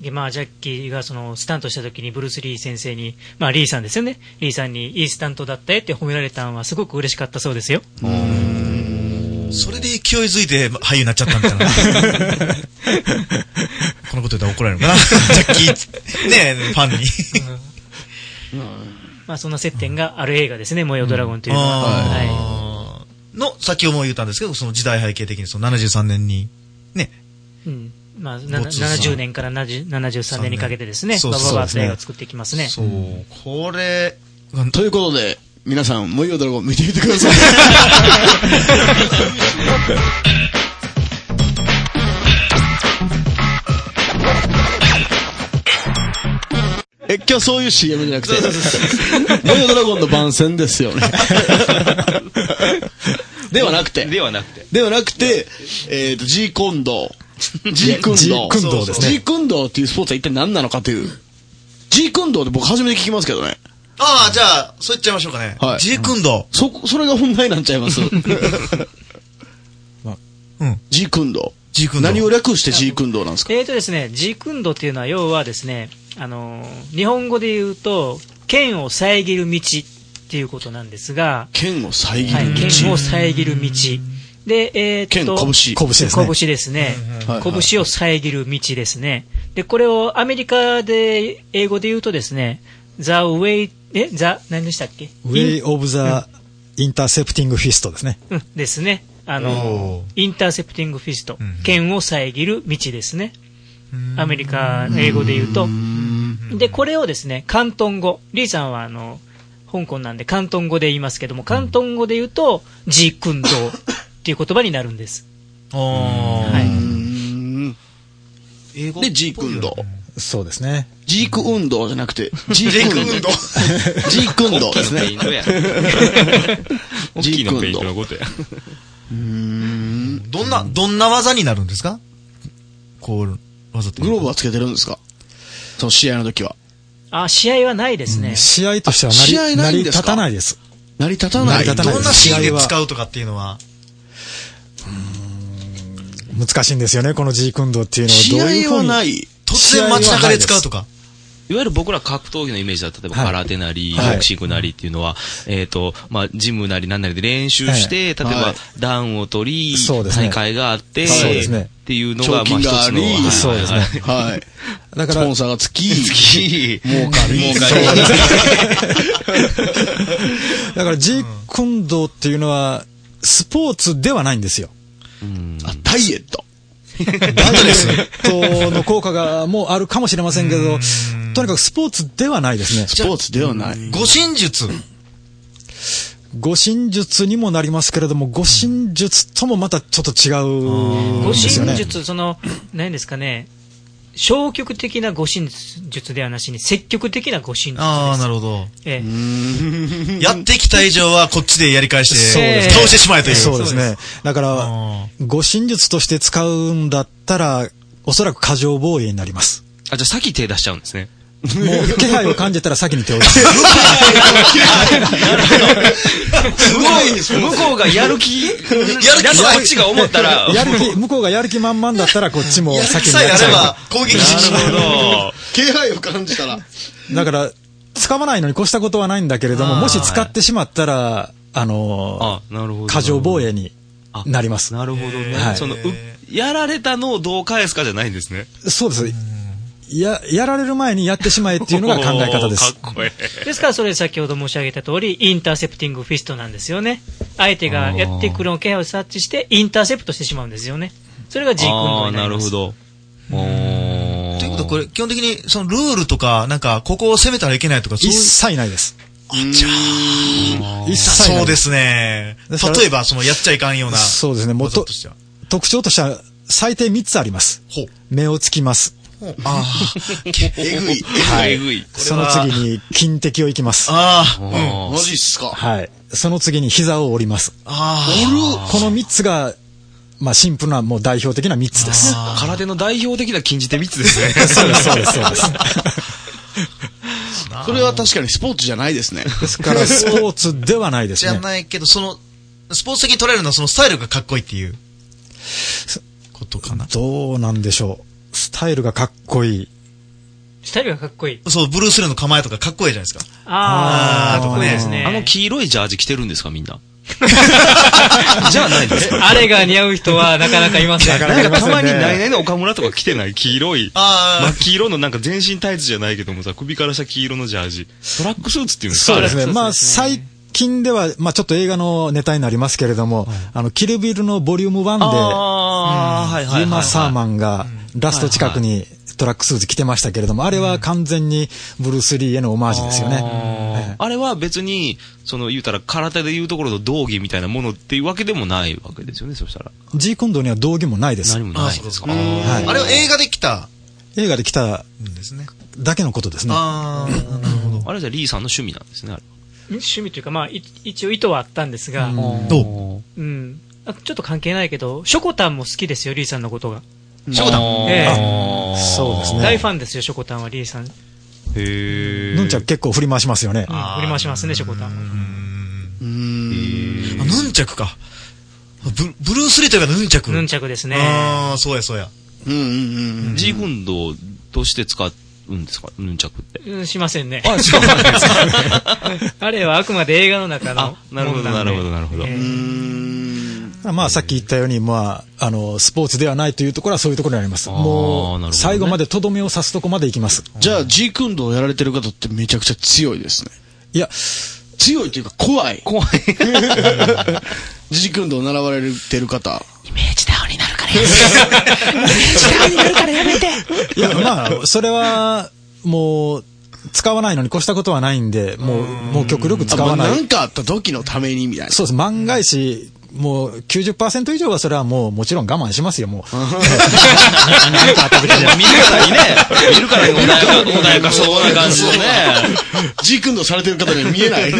Speaker 7: で、まあ、ジャッキーがその、スタントした時にブルース・リー先生に、まあ、リーさんですよね。リーさんに、いいスタントだったよって褒められたのはすごく嬉しかったそうですよ。
Speaker 4: それで勢いづいて俳優になっちゃったみたいな。 このこと言ったら怒られるのかな ジャッキー、ねえ、ファンに。
Speaker 7: まあ、そんな接点がある映画ですね、模様ドラゴンというのは。はい。
Speaker 4: あーの、先をも言ったんですけど、その時代背景的にその73年に、ね、
Speaker 7: うん。まあ、な
Speaker 4: ボツさん
Speaker 7: 70年から70 73年にかけてですね、
Speaker 4: そう
Speaker 7: バ
Speaker 4: そう
Speaker 7: ババッ
Speaker 6: そうです
Speaker 7: と
Speaker 6: ね
Speaker 7: 映画を作っていきますね。
Speaker 4: そう、これ、
Speaker 1: ということで、皆さん、もういいよドラゴン見てみてください。 え、今日そういう CM じゃなくて、もういいよドラゴンの番宣ですよね。ではなくて、
Speaker 5: ではなくて。
Speaker 1: ではなくて、えっと、G コンドー。G コンドー。
Speaker 6: G コンドーですね
Speaker 1: G コンドーっていうスポーツは一体何なのかという。G コンドーって僕初めて聞きますけどね。
Speaker 4: ああ、じゃあ、そう言っちゃいましょうかね。
Speaker 1: はい
Speaker 4: ジークンド。
Speaker 1: そ、それが本題なんちゃいます
Speaker 4: うん。
Speaker 1: G 運動。
Speaker 4: ジークンド。
Speaker 1: 何を略して G 運動なんですか
Speaker 7: えーとですね、ジークンドっていうのは、要はですね、あのー日本語で言うと、剣を遮る道っていうことなんですが、
Speaker 1: 剣を遮る道。
Speaker 7: はい、剣を遮る道。で、えー、っと、
Speaker 1: 剣拳
Speaker 6: 拳ですね。
Speaker 7: 拳ですね
Speaker 1: はいはい。
Speaker 7: 拳を遮る道ですね。で、これをアメリカで、英語で言うとですね、The way, え、The、何でしたっけ
Speaker 6: ウェイ・オブ・ザ・インターセプティング・フィストですね。
Speaker 7: うん、ですね。あ
Speaker 4: おー
Speaker 7: の、インターセプティングフィスト。剣を遮る道ですね。アメリカの英語で言うと。で、これをですね、広東語。リーさんは、あの、香港なんで広東語で言いますけども、広東語で言うと、ジークンドーっていう言葉になるんです。
Speaker 4: あ
Speaker 7: は
Speaker 4: ー
Speaker 7: い。
Speaker 5: 英語
Speaker 1: で、G 運動。
Speaker 6: そうですね。
Speaker 1: ジーク運動じゃなくて、ジーク運動。 ジーク運動ですね。
Speaker 5: 大
Speaker 1: ジ
Speaker 5: き
Speaker 1: ー
Speaker 5: いの
Speaker 1: ク
Speaker 5: ペイ
Speaker 1: 運
Speaker 5: ントの
Speaker 1: 動。
Speaker 5: ことや。
Speaker 4: どんな、どんな技になるんですかこう、技っていう
Speaker 1: グ
Speaker 4: か。
Speaker 1: ローブはつけてるんですかその試合の時は。
Speaker 7: あ、試合はないですね。
Speaker 6: 試合としては
Speaker 1: 試合
Speaker 6: 成り
Speaker 1: な
Speaker 6: 成
Speaker 1: い
Speaker 6: り
Speaker 1: んです
Speaker 6: 立
Speaker 1: か
Speaker 6: たないです。
Speaker 1: 成り立たない。
Speaker 6: 成り立た
Speaker 4: どんなシーン
Speaker 6: 試合
Speaker 4: で
Speaker 6: は
Speaker 4: 使うとかっていうのは。
Speaker 6: 難しいんですよね、この G 運動っていうの
Speaker 1: 試
Speaker 6: をどうい
Speaker 1: 合
Speaker 6: うふう
Speaker 1: は
Speaker 6: に。
Speaker 1: ない。
Speaker 4: 突然街中で使うとか。
Speaker 5: いわゆる僕ら格闘技のイメージだと、例えば
Speaker 6: はい
Speaker 5: 空手なり、
Speaker 6: はい
Speaker 5: ボクシングなりっていうのは、えっ、と、まあ、ジムなりなんなりで練習して、例え
Speaker 1: は
Speaker 5: ば
Speaker 1: い
Speaker 5: ダウンを取り、
Speaker 6: そうですね
Speaker 5: 大会があって、
Speaker 6: そうですね
Speaker 5: っていうの
Speaker 1: 賞
Speaker 5: が、まあ、
Speaker 1: 金
Speaker 5: 一つ
Speaker 1: があり
Speaker 5: の、はい、
Speaker 1: そう
Speaker 6: ですね
Speaker 1: はい。
Speaker 6: だか
Speaker 1: ス
Speaker 6: ら
Speaker 1: ポン、サーがつき、儲かり。
Speaker 5: 儲か
Speaker 1: そう
Speaker 5: り。
Speaker 6: だから G 運動っていうのは、スポーツではないんですよ。
Speaker 5: うん
Speaker 1: あ、ダイエット。
Speaker 6: ダイエットの効果がもうあるかもしれませんけど、とにかくスポーツではないですね。
Speaker 1: スポーツではない。
Speaker 4: 護身術。
Speaker 6: 護身術にもなりますけれども、護身術ともまたちょっと違うん
Speaker 7: 護
Speaker 6: ですよね。
Speaker 7: 身術、その、何ですかね、消極的な護身術ではなしに、積極的な護身術です。
Speaker 4: ああ、なるほど。
Speaker 7: ええ
Speaker 4: やってきた以上はこっちでやり返して、
Speaker 7: そうです
Speaker 4: 倒してしまえという。
Speaker 6: そうですね。だから、
Speaker 4: あ
Speaker 6: 護身術として使うんだったら、おそらく過剰防衛になります。
Speaker 5: あ、じゃあ先手出しちゃうんですね。
Speaker 6: もう気配を感じたら先に手を出す。
Speaker 5: 向こうがやる気、やる気こっちが思ったら、
Speaker 6: やる気、向こうがやる気満々だったらこっちも
Speaker 4: ーやる
Speaker 6: 先
Speaker 4: 気
Speaker 6: に
Speaker 4: さえ
Speaker 6: や
Speaker 4: あ
Speaker 6: っち
Speaker 4: れ
Speaker 6: ゃ
Speaker 4: ば攻撃しちまう。
Speaker 1: 気配を感じたら。
Speaker 6: う。だから、使わないのに越したことはないんだけれども、
Speaker 4: あー
Speaker 6: もし使ってしまったら、あの
Speaker 5: あ、なるほど。
Speaker 6: ー、過剰防衛になります。
Speaker 5: なるほどね。
Speaker 6: はい
Speaker 5: その、うやられたのをどう返すかじゃないんですね。
Speaker 6: そうです。や、やられる前にやってしまえっていうのが考え方です。
Speaker 5: おーかっこえ
Speaker 7: ですから、それ先ほど申し上げた通り、インターセプティングフィストなんですよね。相手がやってくるのを気配を察知して、インターセプトしてしまうんですよね。それが G
Speaker 5: え。
Speaker 7: 君
Speaker 5: あ
Speaker 7: の
Speaker 5: あ、
Speaker 7: にな
Speaker 5: な
Speaker 7: り
Speaker 5: る
Speaker 7: ま
Speaker 5: ほ
Speaker 7: す。
Speaker 5: ど。おー
Speaker 4: ということはこれ、基本的に、そのルールとか、なんか、ここを攻めたらいけないとか、そう
Speaker 6: 一
Speaker 4: いう
Speaker 6: 切ないです。一切ない
Speaker 4: そうですね。
Speaker 6: ですから
Speaker 4: 例えば、その、やっちゃいかんような。
Speaker 6: そうですねもう
Speaker 4: こととしては。
Speaker 6: 特徴としては、最低3つあります。
Speaker 4: ほう。
Speaker 6: 目をつきます。
Speaker 4: あ
Speaker 1: えぐい。
Speaker 5: はい。えぐい。
Speaker 6: その次に、筋敵をいきます。
Speaker 4: あ。ああ。うん。
Speaker 1: マジっすか。
Speaker 6: はい。その次に、膝を折ります。
Speaker 4: あ
Speaker 6: この3つが、まあ、シンプルな、もう代表的な3つです。
Speaker 5: 空手の代表的な禁じ手3つですね。
Speaker 6: そうです、そうです、そ うです。
Speaker 1: それは確かにスポーツじゃないです ね。
Speaker 6: ですから、スポーツではないで
Speaker 4: あ。
Speaker 6: す
Speaker 4: じゃ
Speaker 6: ね。
Speaker 4: ないけど、その、スポーツ的に取られるのは、そのスタイルがかっこいいっていう、ことかな。
Speaker 6: どうなんでしょう。スタイルがかっこいい。
Speaker 7: スタイルがかっこいい。
Speaker 4: そう、ブルース・レの構えとかかっこいいじゃないですか。
Speaker 7: あ
Speaker 4: あー
Speaker 7: あ、かっこいいですね。
Speaker 5: あの黄色いジャージ着てるんですか、みんな。じゃあないですか。
Speaker 7: あれが似合う人はなかなかいません。
Speaker 5: なんかたまに来年の岡村とか着てない黄色い。
Speaker 4: あー
Speaker 5: 真っ黄色のなんか全身タイツじゃないけどもさ、首から下黄色のジャージ。トラックスーツっていうんですか
Speaker 6: そうです
Speaker 5: あれ
Speaker 6: ね。まあ、最近では、まあ、ちょっと映画のネタになりますけれども、あの、キルビルのボリューム1
Speaker 5: ああ、はいはいはいはい。
Speaker 6: で、ユマ・サーマンがラスト近くにトラックスーツ着てましたけれども、あれは完全にブルース・リーへのオマージュですよね。
Speaker 5: あーあれは別に、その言うたら空手で言うところの道着みたいなものっていうわけでもないわけですよね、そしたら。
Speaker 6: G コンドには道着もないです
Speaker 5: 何。もないですか。あ
Speaker 4: あれは映画で来た
Speaker 6: 映画で来た
Speaker 4: んですね。
Speaker 6: だけのことですね。
Speaker 4: ああ、なるほど。
Speaker 5: ーあれじゃリーさんの趣味なんですね、あれ。
Speaker 7: 趣味というか、まあ、い一応意図はあったんですが、
Speaker 4: どう
Speaker 7: うん。あちょっと関係ないけど、ショコタンも好きですよ、リーさんのことが。
Speaker 5: ショコタン。
Speaker 7: え
Speaker 5: あ
Speaker 6: そうですね。
Speaker 7: 大ファンですよ、ショコタンは、リーさん。うん
Speaker 5: ーへ
Speaker 6: ヌンちゃん結構振り回しますよね。
Speaker 7: 振り回しますね、ショコタンは。
Speaker 4: あ、ヌンチャクか。ブブルース・リーといえばヌンチャク。
Speaker 7: ヌンチャクですね。
Speaker 4: ああ、そうやそうや。
Speaker 1: うんうんうん。
Speaker 5: え。G フンドとして使うんですかヌンチャクって。
Speaker 7: うん、しませんね。あ、 れはあくまで映画の中の
Speaker 5: あ。なるほど
Speaker 7: もんんで
Speaker 5: なるほどなるほど
Speaker 7: ええ
Speaker 6: まあさっき言ったように、まあ、あの、スポーツではないというところはそういうところにあります。
Speaker 5: ーなる
Speaker 6: も
Speaker 5: ほど
Speaker 6: う、
Speaker 5: ね
Speaker 6: 最後までとどめを刺すとこまで行きます。
Speaker 1: じゃあ、G 君道をやられてる方ってめちゃくちゃ強いですね。
Speaker 6: いや、
Speaker 1: 強いというか怖い。
Speaker 5: 怖い。
Speaker 1: G 君道を習われてる方。
Speaker 6: いや、まあ、それは、もう、使わないのに越したことはないんで、もう、もう極力使
Speaker 1: あ
Speaker 6: わ
Speaker 1: まあ
Speaker 6: な。
Speaker 1: ないんかあった時のためにみたいな。
Speaker 6: そうです。万が一、もう90%以上はそれはもうもちろん我慢しますよ、 もう。
Speaker 5: いやもう見るからにね、見るからに穏やか、穏やかそうな感じでね。
Speaker 1: G 君道されてる方には見え ない。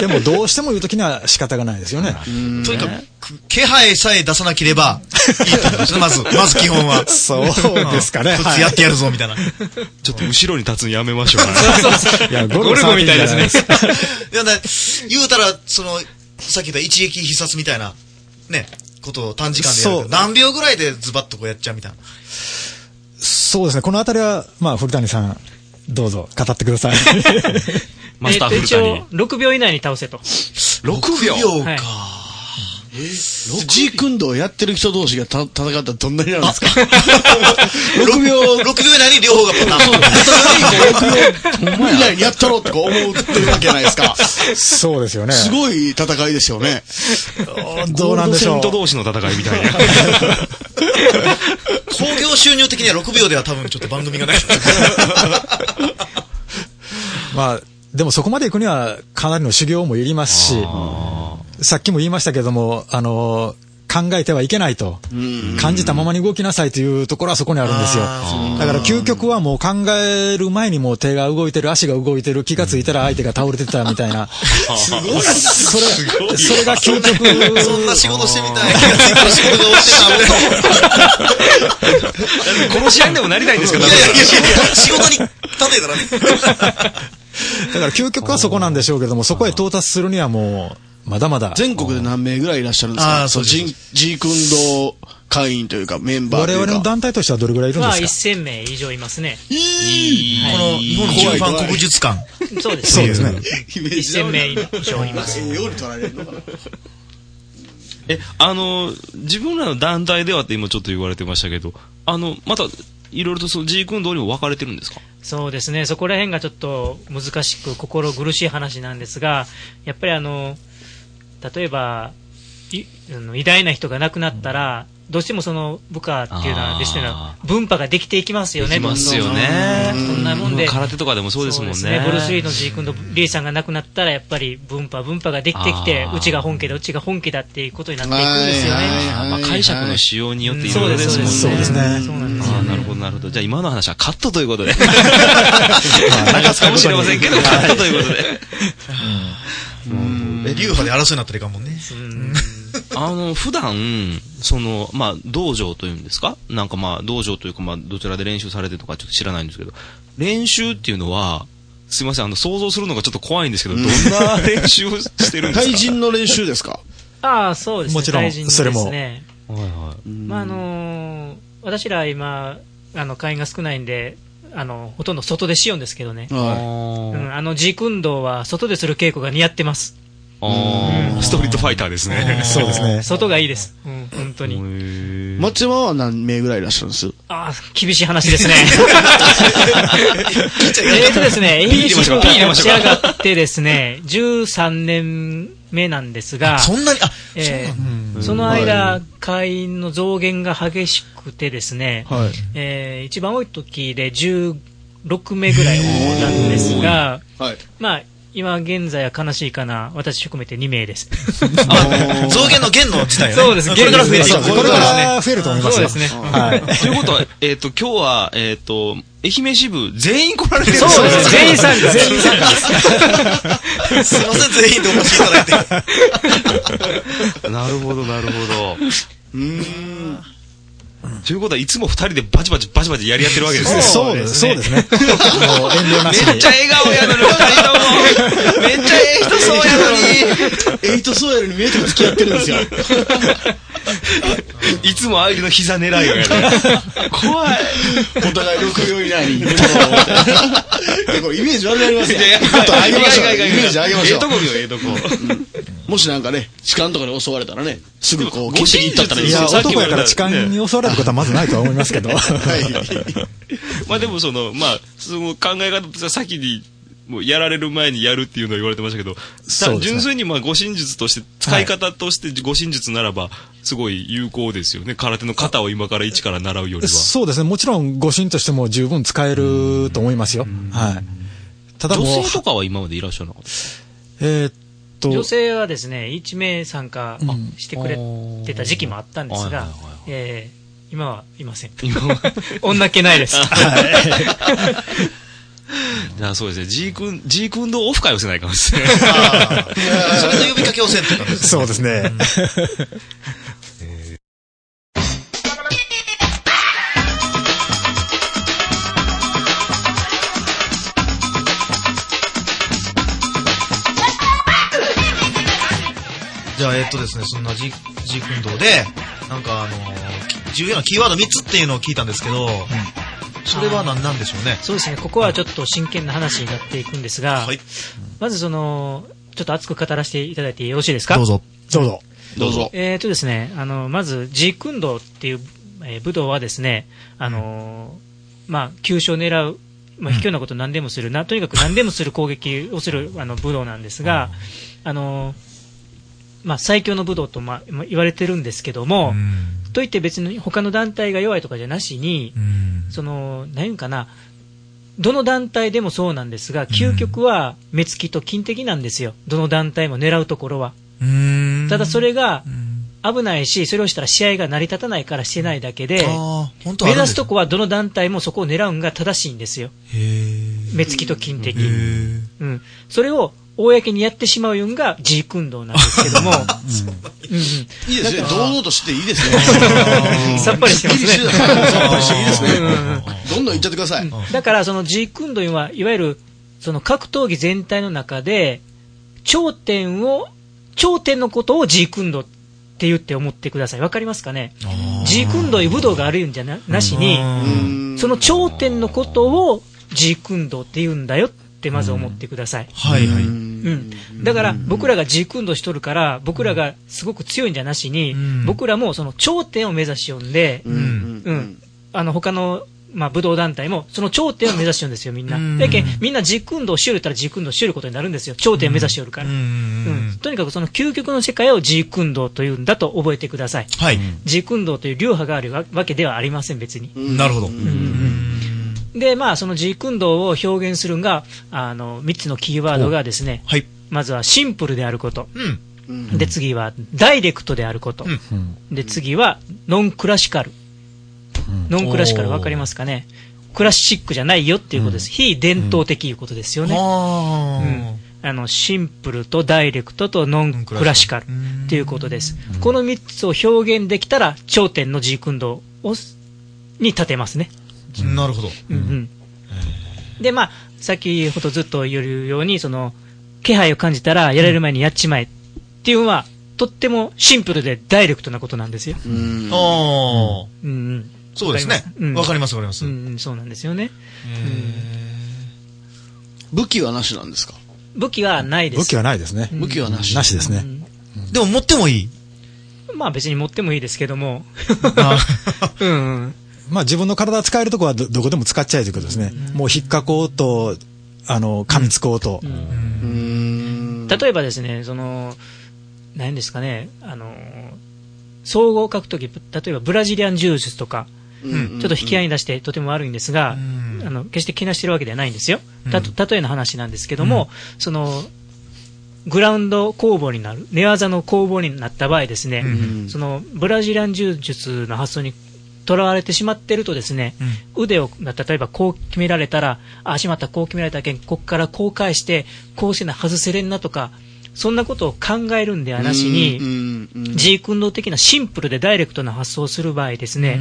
Speaker 6: でもどうしても言うときには仕方がないですよね。
Speaker 4: とにかく、気配さえ出さなければ、いいってことですね、ま ず。まず基本は。
Speaker 6: そうですかね
Speaker 4: こいつやってやるぞ、みたいな。い
Speaker 5: ちょっと後ろに立つのやめましょうね。
Speaker 6: いや、ゴルゴみたいですね。
Speaker 4: や、だ言うたら、その、さっき言った一撃必殺みたいな、ね、ことを短時間でやるけど。
Speaker 6: そう
Speaker 4: 何秒ぐらいでズバッとこうやっちゃうみたいな。
Speaker 6: そうですね。このあたりは、まあ、古谷さん、どうぞ、語ってください。
Speaker 5: マスター
Speaker 7: えっ
Speaker 5: 古
Speaker 7: と一
Speaker 5: 谷
Speaker 7: 応。、6秒以内に倒せと。
Speaker 5: 6
Speaker 4: 6秒
Speaker 7: はい
Speaker 4: か。
Speaker 1: G 君道やってる人同士がた戦ったらどんなになるん ですか ?6 秒、
Speaker 8: 6秒内に両方がパターン。
Speaker 1: 6秒以内にやったろうってこう思うってるわけじゃないです か。
Speaker 6: そうですよね。
Speaker 1: すごい戦いですよね。
Speaker 6: どうなんでしょ
Speaker 5: ゴールドセン
Speaker 6: う
Speaker 5: ト。同士の戦いみたいな。
Speaker 8: 興行収入的には6秒では多分ちょっと番組がない。
Speaker 6: まあ、でもそこまで行くにはかなりの修行もいりますし、さっきも言いましたけども、あの、考えてはいけないと、感じたままに動きなさいというところはそこにあるんですよ。だから究極はもう考える前にもう手が動いてる、足が動いてる、気がついたら相手が倒れてたみたいな。
Speaker 8: すごい。それ、
Speaker 6: それが究極。
Speaker 8: そんな仕事してみたい。結構仕 事が落ちてたみたいな。
Speaker 5: 殺し合いにでもなりたいんですけど
Speaker 8: いやいやいやいや、仕事に立てたらね。
Speaker 6: だから究極はそこなんでしょうけども、そこへ到達するにはもう、まだまだ。
Speaker 1: 全国で何名ぐらいいらっしゃるんです
Speaker 8: あ
Speaker 1: か
Speaker 8: ーそ
Speaker 1: そ
Speaker 8: ううです
Speaker 1: G, G 君道会員というかメンバー
Speaker 6: 我
Speaker 1: という
Speaker 6: 々
Speaker 1: か。
Speaker 6: の団体としてはどれぐらいいるん
Speaker 7: ま
Speaker 6: で
Speaker 7: あ、
Speaker 6: すか
Speaker 7: 1000名以上いますね。
Speaker 8: この日本
Speaker 4: 中盤古武術館。
Speaker 7: そうです
Speaker 4: そうですね。
Speaker 1: イメージダ
Speaker 7: 1000
Speaker 1: メ
Speaker 7: 名
Speaker 1: だ
Speaker 7: 以上います。
Speaker 1: より取られるのかな。
Speaker 5: え、あの、自分らの団体ではって今ちょっと言われてましたけど、あの、また、いろいろとその G 君道にも分かれてるんですか
Speaker 7: そうですね、そこら辺がちょっと難しく、心苦しい話なんですが、やっぱりあの例えばいあの、偉大な人が亡くなったら、どうしてもその部下っていうのはですね
Speaker 5: あ、
Speaker 7: 分派ができていきますよね、
Speaker 5: いますよね
Speaker 7: ど。んどんそんなもんで。
Speaker 5: 空手とかでもそうですもんね。
Speaker 7: ブルース・リーの G 君とリーさんが亡くなったら、やっぱり分派、分派ができてきて
Speaker 5: あ、ー
Speaker 7: うちが本家だ、うちが本家だっていうことになっていくんですよね。
Speaker 1: はいはい
Speaker 5: あまあ解釈の仕様によっていろいろですもんね。
Speaker 6: そうですね
Speaker 7: そうなんです
Speaker 5: あ
Speaker 7: よ
Speaker 5: あ、なるほど、なるほど。じゃあ今の話はカットということ で。流すかもしれませんけど、カットということで。
Speaker 8: 流派で争いになったらいかんもんね。
Speaker 7: うん
Speaker 5: あの、普段、その、まあ、道場というんですかなんかまあ、道場というか、まあ、どちらで練習されてるとかちょっと知らないんですけど、練習っていうのは、すいません、あの、想像するのがちょっと怖いんですけど、どんな練習をしてるんですか
Speaker 1: 対人の練習ですか
Speaker 7: ああ、そうですね。
Speaker 6: もちろん
Speaker 7: 大事ですね
Speaker 6: それも
Speaker 5: はいは
Speaker 7: まああのー私ら今あの会員が少ないんであのほとんど外でしようんですけどね、
Speaker 1: はい
Speaker 7: うん
Speaker 5: い。
Speaker 7: あのジーク運動は外でする稽古が似合ってます
Speaker 5: あーストリートファイターですね。
Speaker 6: そうですね。
Speaker 7: 外がいいです、うん、本当に
Speaker 1: 松山は何名ぐらいいらっしゃるんです
Speaker 7: ああ厳しい話ですねえーとですね
Speaker 5: 入れましょうかピ
Speaker 7: AAC
Speaker 5: ー入れま
Speaker 7: 立
Speaker 5: し
Speaker 7: ち
Speaker 5: ょうか
Speaker 7: 上がってですね13年目なんですが
Speaker 4: そんなに、あ、
Speaker 7: えーその間、会員の増減が激しくてですね、
Speaker 1: はい
Speaker 7: えー一番多い時で16名ぐらいなんですが、
Speaker 1: はい。
Speaker 7: まあ、今現在は悲しいかな、私含めて2名です。
Speaker 8: 増減の減の地帯よね。
Speaker 7: そうです、
Speaker 8: これから増えてい
Speaker 7: そ
Speaker 8: く
Speaker 7: う。
Speaker 6: これから増えると思いますよ。
Speaker 7: そうですね
Speaker 6: はい。
Speaker 5: ということは、えっと、今日は、えっと、愛媛支部全員来られてるん
Speaker 7: そう
Speaker 5: よ
Speaker 7: です、全員参加全員参加
Speaker 8: すいません、全員でお越しいただいて。
Speaker 5: なるほど、なるほど。うん。ということはいつも二人でバチバチバチバチやり合ってるわけですね。
Speaker 6: そうですそうですね。もう遠慮なし
Speaker 5: めっ
Speaker 6: に
Speaker 5: ちゃ。笑顔やのに、二人とも。めっちゃええ人そうやの
Speaker 1: エイトソーヤルに見えても付き合ってるんですよ。
Speaker 5: に。いつも相手の膝狙いをや る。怖い。
Speaker 1: お互い6秒以内に。 結構イメージ悪くなりますよ。
Speaker 5: いやいや
Speaker 1: ちょっと上げましょう。
Speaker 5: いやいやい
Speaker 1: イ
Speaker 5: や
Speaker 1: メージ上げましょ
Speaker 5: ええとこ
Speaker 1: う。
Speaker 5: 見よう、ええとこ。
Speaker 1: もしなんかね、痴漢とかに襲われたらね、すぐこう、
Speaker 5: でも
Speaker 1: 消しに行ったったらいい
Speaker 6: い
Speaker 1: です
Speaker 6: や、
Speaker 1: よ。
Speaker 5: さっきも
Speaker 6: 男やから痴漢に襲われることはまずないとは思いますけど。
Speaker 1: はい。
Speaker 5: まあでもその、まあ、その考え方としては先に、もうやられる前にやるっていうのは言われてましたけど、
Speaker 6: そうですね
Speaker 5: 純粋にまあ護身術として、使い方として護身術ならば、すごい有効ですよね。空手の型を今から一から習うよりは。
Speaker 6: そうですね。もちろん、誤信としても十分使えると思いますよ。はい。ただもう、
Speaker 5: 女性とかは今までいらっしゃらなかった
Speaker 6: えーっと、
Speaker 7: 女性はですね、1名参加してくれてた時期もあったんです
Speaker 5: うんあ
Speaker 7: が
Speaker 5: ーはいはいはいはい、
Speaker 7: えー今はいません。 女気な いです。
Speaker 5: じゃあそうですね。G 君、G 君のオフ会をせないかもしれない。
Speaker 8: それの呼びかけをせんってたんです。
Speaker 6: そうですね。
Speaker 8: じゃあ、えっとですね、そんな G、G 君堂で、なんかあのー、き重要なキーワード3つっていうのを聞いたんですけど、それは何なんでしょうね。
Speaker 7: そうですね、ここはちょっと真剣な話になっていくんですが、
Speaker 8: はい
Speaker 7: まずその、ちょっと熱く語らせていただいてよろしいですか
Speaker 4: どうぞ。
Speaker 6: どうぞ。
Speaker 1: どうぞ。
Speaker 7: えーとですね、あのまず、ジークンドーっていう、えー武道はですね、あのーまあ、急所を狙う、まあ、卑怯なこと何でもするな、とにかく何でもする攻撃をするあの武道なんですが、あのーまあ、最強の武道と、まあ、まあ言われてるんですけども、といって別に他の団体が弱いとかじゃなしに、その、何言うんかな、どの団体でもそうなんですが、究極は目つきと金的なんですよ、どの団体も狙うところは。
Speaker 4: うん
Speaker 7: ただそれが
Speaker 4: ん
Speaker 7: 危ないし、それをしたら試合が成り立たないからしてないだけで、
Speaker 4: あー本当は
Speaker 7: 目
Speaker 4: あるん
Speaker 7: 指
Speaker 4: ですす
Speaker 7: とこはどの団体もそこを狙うんが正しいんですよ、
Speaker 4: へー
Speaker 7: 目つきと金的。
Speaker 4: へー
Speaker 7: うん、それを公にやってしまうんが G 運動なんですけ ども、うん
Speaker 1: いいですね。堂々としていいですね。
Speaker 7: うんさっぱりしてますね。
Speaker 1: さっぱりしていいですね。どんどんいっちゃってください。
Speaker 7: だからその G 運動は、いわゆるその格闘技全体の中で、頂点を、頂点のことを G 運動って言って思ってください。わかりますかね ?G 運動いう武道があるんじゃななしに、
Speaker 1: うん
Speaker 7: その頂点のことを G 運動って言うんだよってまず思ってください。
Speaker 4: はいはい。
Speaker 7: うん。だから僕らが G 運動しとるから、僕らがすごく強いんじゃなしに、
Speaker 4: ん
Speaker 7: 僕らもその頂点を目指しよんで、
Speaker 1: うん
Speaker 7: うん、あの他の、まあ、武道団体もその頂点を目指してるんですよ、みんな。だけんみんな軸運動をしよるったら軸運動をしよることになるんですよ、頂点を目指してよるから。うんとにかくその究極の世界を軸運動というんだと覚えてください。
Speaker 4: はい。
Speaker 7: 軸運動という流派があるわわけではありません、別に。
Speaker 4: なるほど。
Speaker 7: で、まあ、その軸運動を表現するんが、あの、3つのキーワードがですね、
Speaker 4: はい。
Speaker 7: まずはシンプルであること。
Speaker 4: うん。
Speaker 7: で、次はダイレクトであること。で、次はノンクラシカル。ノンクラシカルわかりますかねクラシックじゃないよっていうことです。非伝統的いうことですよね。
Speaker 4: あ
Speaker 7: うんあの、シンプルとダイレクトとノンクラシカルっていうことです。この3つを表現できたら頂点の G 運動をすに立てますね。
Speaker 4: ーなるほど。
Speaker 7: うんうんで、まあ、先ほどずっと言うように、その、気配を感じたら、やれる前にやっちまえっていうのは、とってもシンプルでダイレクトなことなんですよ。
Speaker 1: うん
Speaker 4: ああ。
Speaker 7: うんうん。
Speaker 4: そうですね
Speaker 7: うん。
Speaker 4: わかりますわかりま
Speaker 7: う
Speaker 4: す。
Speaker 7: んうん、そうなんですよね。
Speaker 1: 武器はなしなんですか
Speaker 7: 武器はないです。
Speaker 6: 武器はないですね。
Speaker 1: 武器はなし。
Speaker 6: なしですね。
Speaker 4: でも持ってもいい。
Speaker 7: まあ別に持ってもいいですけども。 うんうん。
Speaker 6: まあ自分の体使えるとこはどどこでも使っちゃえということですね。もう引っかこうと、あの、噛みつこうと。
Speaker 7: 例えばですね、その、何ですかね、あの、総合格闘技、例えばブラジリアン柔術とか、ちょっと引き合いに出してとても悪いんですが、あの決してけなしてるわけではないんですよ。たと、例えの話なんですけども、その、グラウンド攻防になる、寝技の攻防になった場合ですね、そのブラジリアン柔術の発想にとらわれてしまってるとですね、腕を、ま例えばこう決められたら、あ、しまった、こう決められたけん、こっからこう返して、こうせな、外せれんなとか、そんなことを考えるんではなしに、自由運動的なシンプルでダイレクトな発想をする場合ですね、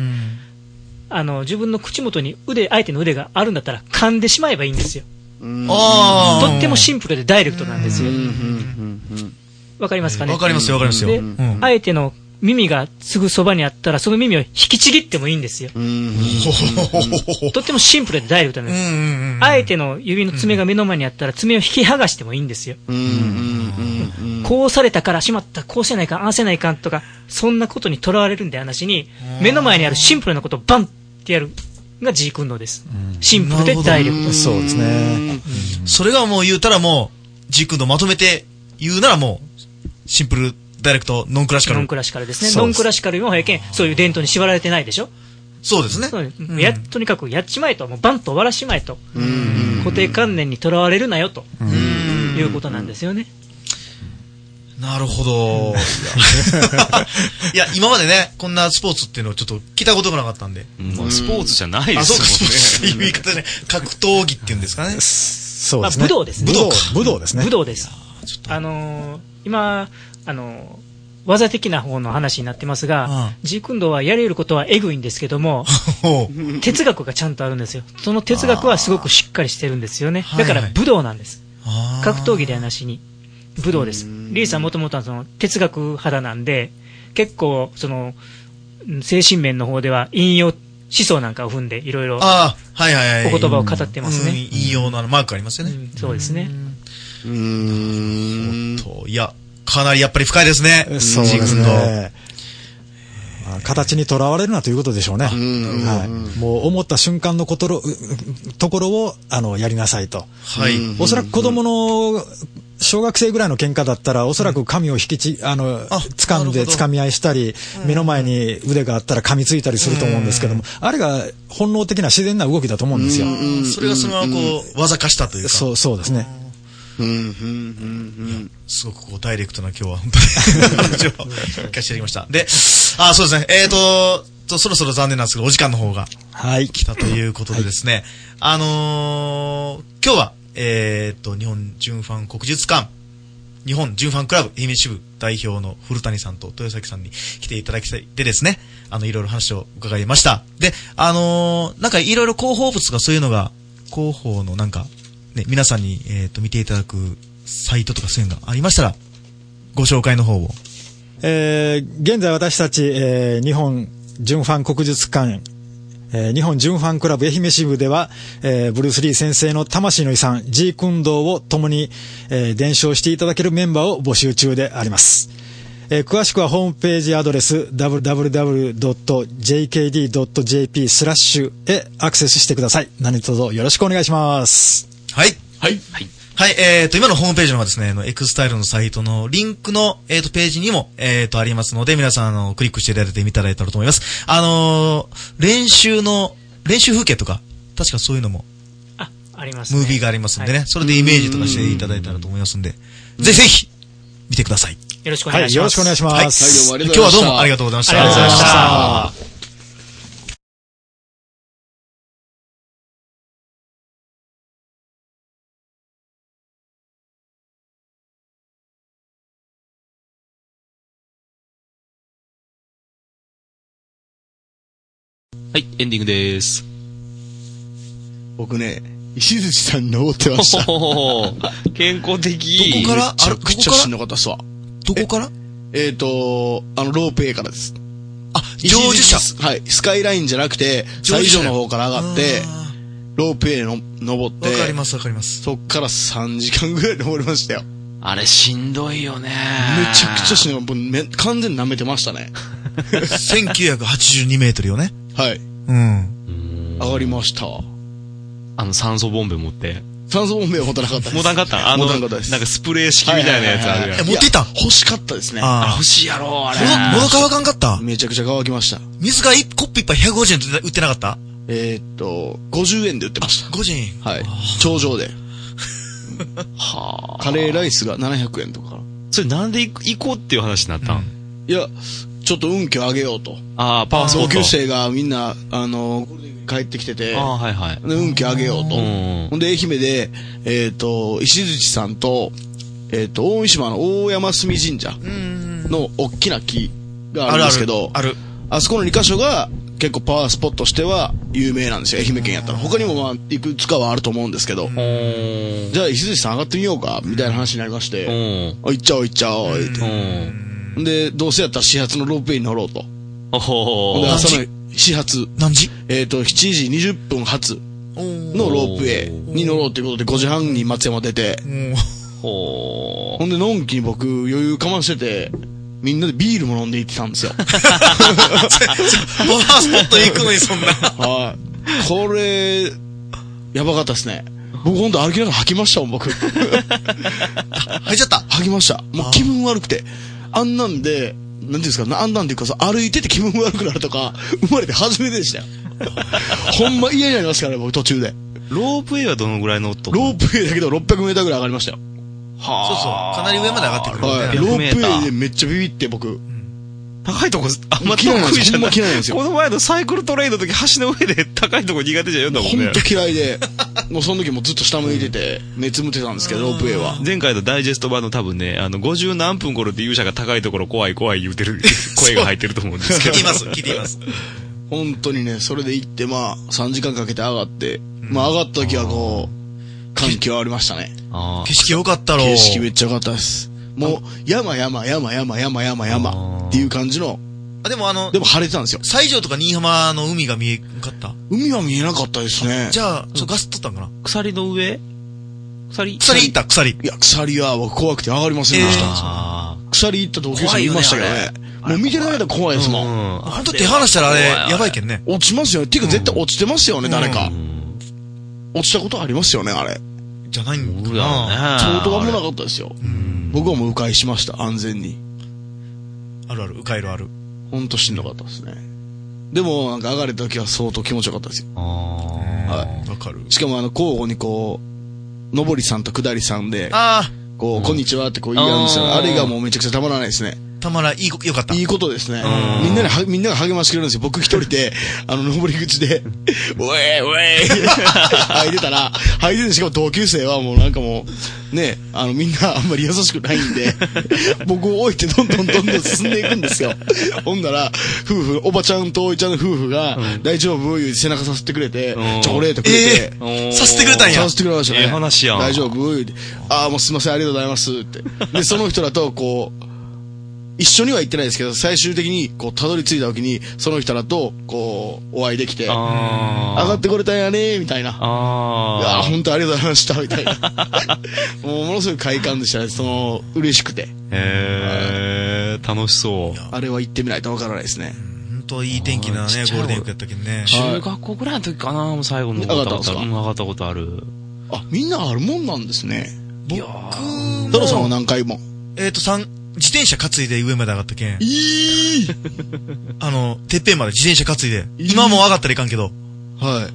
Speaker 7: あの自分の口元に腕相手の腕があるんだったら噛んでしまえばいいんですよ、
Speaker 4: ああ。
Speaker 7: とってもシンプルでダイレクトなんですよ、わかりますかね、
Speaker 4: わかりますよわかりますよ。
Speaker 7: で
Speaker 4: うん
Speaker 7: 相手の耳がすぐそばにあったら、その耳を引きちぎってもいいんですよ、とってもシンプルでダイレクトなんです。
Speaker 4: うんうんうん。
Speaker 7: 相手の指の爪が目の前にあったら爪を引き剥がしてもいいんですよ。こうされたからしまった、こうせないかん、ああせないかんとか、そんなことにとらわれるんで話に、目の前にあるシンプルなことをバンってやるが G 運動です。シンプルでダイレクトです。
Speaker 6: そうですね。
Speaker 4: それがもう言うたらもう、ジークンドまとめて言うならもう、シンプル、ダイレクト、ノンクラシカ
Speaker 7: ノン
Speaker 4: ル
Speaker 7: ク。ラシカルですね。
Speaker 6: そう
Speaker 7: ノ
Speaker 6: で
Speaker 7: ン
Speaker 6: す
Speaker 7: クラシカルも早けん、そういう伝統に縛られてないでしょ。
Speaker 4: そうですね。
Speaker 7: そうねやとにかくやっちまえと、もうバンと終わらしまえと、固定観念にとらわれるなよということなんですよね。
Speaker 4: なるほど。いや、今までね、こんなスポーツっていうのをちょっと聞いたことがなかったんで。
Speaker 5: うんまあ、スポーツじゃないで
Speaker 4: あ、そうか、スポー
Speaker 5: す
Speaker 4: ツ
Speaker 5: も
Speaker 4: っ
Speaker 5: ん
Speaker 4: ていう
Speaker 5: ね。
Speaker 4: 言い方でね、格闘技っていうんですかね。
Speaker 6: そうですね。
Speaker 7: まあ武道ですね
Speaker 6: 武道武道ですね。
Speaker 7: 武道です。あのー今、あのー技的な方の話になってますが、ジークンドーはやれることはエグいんですけ ども、
Speaker 4: ほう
Speaker 7: 哲学がちゃんとあるんですよ。その哲学はすごくしっかりしてるんですよね。
Speaker 4: はい
Speaker 7: だ
Speaker 4: はい
Speaker 7: から武道なんです。
Speaker 4: あー
Speaker 7: 格闘技ではなしに。武道です。リーさんもともとはその哲学肌なんで、結構、その、うん精神面の方では引用思想なんかを踏んで、いろいろ
Speaker 4: あーはいはいはい。
Speaker 7: お言葉を語ってます
Speaker 4: うん
Speaker 7: ね。
Speaker 4: 引用のあのマークありますよ
Speaker 7: う
Speaker 4: ね。
Speaker 7: んそうですね。
Speaker 1: うん。
Speaker 4: と、いや、かなりやっぱり深いですね。
Speaker 6: そうです
Speaker 4: ジー君の
Speaker 6: ね。まあ形にとらわれるなということでしょうね。はい。もう思った瞬間のことろ、ううところを、あの、やりなさいと。
Speaker 4: はい。
Speaker 6: おそらく子供の、小学生ぐらいの喧嘩だったら、おそらく髪を引きち、あの、掴ん
Speaker 4: なる
Speaker 6: で
Speaker 4: ほど
Speaker 6: 掴み合いしたり、目の前に腕があったら噛みついたりすると思うんですけども、あれが本能的な自然な動きだと思うんですよ。
Speaker 4: それがそのままこう、技化したというか。
Speaker 6: そう、そうですね。
Speaker 4: すごくこうダイレクトな今日は本当に 話を聞かせていただきました。で、あ、そうですね。えっ、と、とそろそろ残念なんですけど、お時間の方が
Speaker 6: はい。
Speaker 4: 来たということでですね、あのー今日は、えっ、と、日本純ファン国術館、日本純ファンクラブ愛媛支部代表の古谷さんと豊崎さんに来ていただきたいでですね、あの、いろいろ話を伺いました。で、あのーなんかいろいろ広報物とかそういうのが、広報のなんか、ね、皆さんに、えっ、と、見ていただくサイトとかそういうのがありましたら、ご紹介の方を。
Speaker 6: えー現在私たち、えー日本純ファン国術館、えー日本純ファンクラブ愛媛支部では、えーブルース・リー先生の魂の遺産、G 運動を共に、えー伝承していただけるメンバーを募集中であります。えー詳しくはホームページアドレス www.jkd.jp スラッシュへアクセスしてください。何卒よろしくお願いします。
Speaker 4: はい。
Speaker 2: はい。
Speaker 4: はい、えー、と、今のホームページの方はですね、あの、エクスタイルのサイトのリンクの、えっ、と、ページにも、えっ、と、ありますので、皆さん、あの、クリックしていただいてみたらいいかと思います。あのー練習の、練習風景とか、確かそういうのも、
Speaker 7: あ、ありますね。
Speaker 4: ムービーがありますんでね、
Speaker 7: はい
Speaker 4: それでイメージとかしていただいたらと思いますんで、ぜひぜひ、見てください。
Speaker 7: よろしくお
Speaker 6: は
Speaker 7: 願い
Speaker 6: い、
Speaker 7: し
Speaker 6: よろ
Speaker 7: ま
Speaker 6: し
Speaker 7: す。
Speaker 6: くお願いし
Speaker 4: はい、
Speaker 6: ます。
Speaker 1: どうもありが
Speaker 4: 今
Speaker 1: と
Speaker 4: 日
Speaker 1: う
Speaker 4: はど
Speaker 1: ございうました
Speaker 4: もありがとうございました。
Speaker 7: ありがとうございました
Speaker 4: ありがとうございま
Speaker 5: はい、エンディングです。
Speaker 1: 僕ね、石槌さんに登ってました。ど
Speaker 5: ほほほ 健康的。
Speaker 1: こから
Speaker 4: あれ
Speaker 1: めちゃくちゃしんどかったっすわ。
Speaker 4: した。どこから
Speaker 1: えっ、と、あの、ロープ A からです。
Speaker 4: あ、常時者。
Speaker 1: 石槌はい。スカイラインじゃなくて、最上の方から上がって、ロープ A の登っ
Speaker 4: あーわかり
Speaker 1: て、
Speaker 4: ます、わかります。
Speaker 1: そっから3時間ぐらい登りましたよ。
Speaker 5: あれしんどいよね。め
Speaker 1: めちゃくちゃしんどかった。もうめ完全に舐めてましたね。
Speaker 4: 1982メートルよね。
Speaker 1: はい。
Speaker 4: うん。
Speaker 1: 上がりました。
Speaker 5: あの、酸素ボンベ持って。
Speaker 1: 酸素ボンベは持たなかったです。
Speaker 5: 持たんかったあの、
Speaker 1: 持た
Speaker 5: なん
Speaker 1: かった
Speaker 5: ん
Speaker 1: です。
Speaker 5: かスプレー式みたいなやつあるや
Speaker 4: え、
Speaker 5: ん。
Speaker 4: 持っていったん
Speaker 1: 欲しかったですね。
Speaker 4: あー
Speaker 5: 欲しいやろ、あれ。
Speaker 4: 喉乾かんかった
Speaker 1: めちゃくちゃ乾きました。
Speaker 4: 水が一コップ一杯150円で売ってなかった
Speaker 1: えーっと、50円で売ってました。
Speaker 4: ?50 円。
Speaker 1: はい。頂上で。はカレーライスが700円とか。
Speaker 5: それなんで行こうっていう話になったん
Speaker 1: いや、ちょっと運気を上げようと。
Speaker 5: ああ、パワースポ
Speaker 1: 同
Speaker 5: ット
Speaker 1: 級。生がみんな、あの、帰ってきてて、
Speaker 5: ああ、はいはい。
Speaker 1: で運気上げようと。
Speaker 5: うん
Speaker 1: ほんで、愛媛で、えーっと、石槌さんと、えーっと、大三島の大山隅神社の大きな木があるんですけど、
Speaker 4: ある。
Speaker 1: あそこの2箇所が結構パワースポットとしては有名なんですよ。愛媛県やったら。他にもまあ、いくつかはあると思うんですけど。
Speaker 5: うん。
Speaker 1: じゃあ、石槌さん上がってみようか、みたいな話になりまして。
Speaker 5: うん。
Speaker 1: あ、行っちゃおう行っちゃおう、言う
Speaker 5: う
Speaker 1: て
Speaker 5: ん。
Speaker 1: で、どうせやったら始発のロープウェイに乗ろうと。
Speaker 5: おほ
Speaker 1: で、
Speaker 5: ー
Speaker 1: 朝の始発、
Speaker 4: 何時
Speaker 1: えっ、と、7時20分発のロープウェイに乗ろうということで、5時半に松山出て、
Speaker 4: もう、
Speaker 5: ほ
Speaker 1: ほんで、のんきに僕、余裕かましてて、みんなでビールも飲んで行ってたんですよ。
Speaker 4: パワースポット行くのに そんな。
Speaker 1: はい。これ、やばかったですね。僕ほんと歩きながら吐きましたもん、僕。
Speaker 4: 入っちゃった。
Speaker 1: 吐きました。もう気分悪くて。あんなんで、なんていうんですか、なあんなんていうかさ、歩いてて気分悪くなるとか、生まれて初めてでしたよ。ほんま嫌になりましたからね、僕途中で。
Speaker 5: ーロープウェイはどのぐらい乗っと
Speaker 1: ロープウェイだけど600メーターぐらい上がりましたよ。
Speaker 4: そうそう。かなり上まで上がってくる。
Speaker 1: はい。
Speaker 5: 600
Speaker 1: ロー
Speaker 5: メータ
Speaker 1: プウ
Speaker 5: ー
Speaker 1: ェイでめっちゃビビって僕。
Speaker 5: 高いとこ、あんま得
Speaker 1: 嫌いなんで
Speaker 5: 意
Speaker 1: す
Speaker 5: じ
Speaker 1: よ。ほん
Speaker 5: ゃ
Speaker 1: ま
Speaker 5: ない。
Speaker 1: 嫌いなんですよ。
Speaker 5: この前のサイクルトレイの時、橋の上で高いとこ苦手じゃん読んだも
Speaker 1: ほ
Speaker 5: ん
Speaker 1: ん
Speaker 5: ね
Speaker 1: と。嫌いで、もうその時もずっと下向いてて、目つむってたんですけど、ロープウェイは。
Speaker 5: 前回のダイジェスト版の多分ね、あの、50何分頃って勇者が高いところ怖い怖い言うてる声が入ってると思うんです
Speaker 4: 聞
Speaker 5: け
Speaker 4: い
Speaker 5: ど
Speaker 4: てい。ます、聞いています。
Speaker 1: 本当にね、それで行って、まあ、3時間かけて上がって、まあ上がった時はこう、感極ありましたね。
Speaker 5: あ
Speaker 4: 景色良かったろ。
Speaker 1: 景色めっちゃ良かったです。もう、山山山山山山山っていう感じの、
Speaker 4: あ、でもあの
Speaker 1: で、も晴れてたんですよ。
Speaker 4: 西条とか新居浜の海が見えんかった。
Speaker 1: 海は見えなかったですね。
Speaker 4: じゃあ、そうガス取ったんかな。
Speaker 5: あ。鎖の上鎖
Speaker 4: 鎖行った、鎖。
Speaker 1: いや、鎖は僕怖くて上がりませんでした。
Speaker 5: ああ。
Speaker 1: 鎖行った同級生もいましたけどね。もう見てる間怖いですもん。
Speaker 5: ん
Speaker 4: ほんと手離したらあれ、やばいけんね。
Speaker 1: 落ちますよね。ていうか絶対落ちてますよね、誰か。落ちたことありますよね、あれ。
Speaker 4: じゃないんだ
Speaker 5: う
Speaker 4: な。
Speaker 5: だね。
Speaker 1: 相当危なかったですよ。僕はもう迂回しました、安全に。
Speaker 4: あるある、迂回路ある。
Speaker 1: ほんとしんどかったですね。でも、なんか上がれた時は相当気持ちよかったですよ。は
Speaker 4: わかる。
Speaker 1: い。しかもあの、交互にこう、上りさんと下りさんで、
Speaker 4: あ
Speaker 1: こう、こんにちはってこう言い合うんですよ。
Speaker 5: あー
Speaker 1: あれがもうめちゃくちゃたまらないですね。
Speaker 4: あ、たまらいい、よかった。
Speaker 1: いいことですね。みんなには、みんなが励ましてくれるんですよ。僕一人 で、あの、登り口 で、ウェイウ ェイ吐いてたら、吐いてるしかも同級生はもうなんかもう、ね、あの、みんなあんまり優しくないん で、僕を置いてどんどんどんどん進んでいくんですよ。ほんなら、夫婦、おばちゃんとおいちゃんの夫婦が、大丈夫言うて背中させてくれて、チョコレートくれて、
Speaker 5: え
Speaker 4: させてくれたんや
Speaker 1: さ。せてくれましたね。
Speaker 5: ええ話やん
Speaker 1: 大丈夫言うてああ、もうすいません、ありがとうございます。って。で、その人らと、こう、一緒には行ってないですけど、最終的に、こう、たどり着いた時に、その人らと、こう、お会いできて、上
Speaker 5: あ
Speaker 1: がってこれたんやねみたいな。いや
Speaker 5: あ
Speaker 1: ー本当ありがとうございました、みたいな。もう、ものすごい快感でしたね、その、嬉しくて。
Speaker 5: ー。へえ、楽しそう。
Speaker 1: あれは行ってみないとわからないですね。
Speaker 4: ほんといい天気な
Speaker 5: あーち
Speaker 4: ね
Speaker 5: っ、ちゃ
Speaker 4: ゴ
Speaker 5: い
Speaker 4: ールデンウィークやったけんね。
Speaker 5: 中学校ぐらいの時かな、もう最後の
Speaker 1: 上がったんですか
Speaker 5: うん上がったことある。
Speaker 1: あ、みんなあるもんなんですね。
Speaker 4: 僕も、
Speaker 1: 太郎さんは何回も。
Speaker 4: えっと、三、自転車担いで上まで上がったけん
Speaker 1: い。い
Speaker 4: あの、てっぺんまで自転車担いで。今もう上がったらいかんけど、
Speaker 1: はい。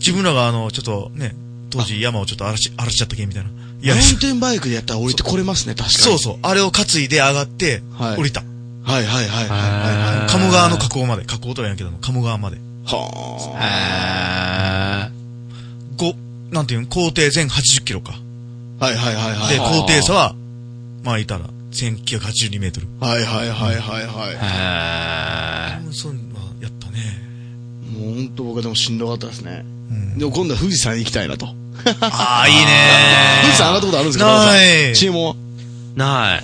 Speaker 4: 自分らがあの、ちょっとね、当時山をちょっと荒らし、荒らしちゃったけんみたいな。いや
Speaker 1: マウ、ンテンバイクでやったら降りてこれますね、確かに。
Speaker 4: そうそう。あれを担いで上がって
Speaker 1: は、い
Speaker 4: 降りた。
Speaker 1: はいはいはいはいはいはい。
Speaker 4: 鴨川の河口まで。河口とは言うんけど、鴨川まで。
Speaker 1: は
Speaker 4: ご、なんていうん、高低全80キロか。
Speaker 1: あ。はいはいはいはい。
Speaker 4: で、高低差は、まあ、いたら、1982メートル。
Speaker 1: はいはいはいはいは
Speaker 4: そう、まあ、やったね。
Speaker 1: い。もう本当僕はでもしんどかったですね。でも今度は富士山行きたいなと。
Speaker 4: ああ、いい
Speaker 1: 富
Speaker 4: ね
Speaker 1: 士山上がったことあるんですか
Speaker 4: ない
Speaker 1: チームは。
Speaker 5: ない。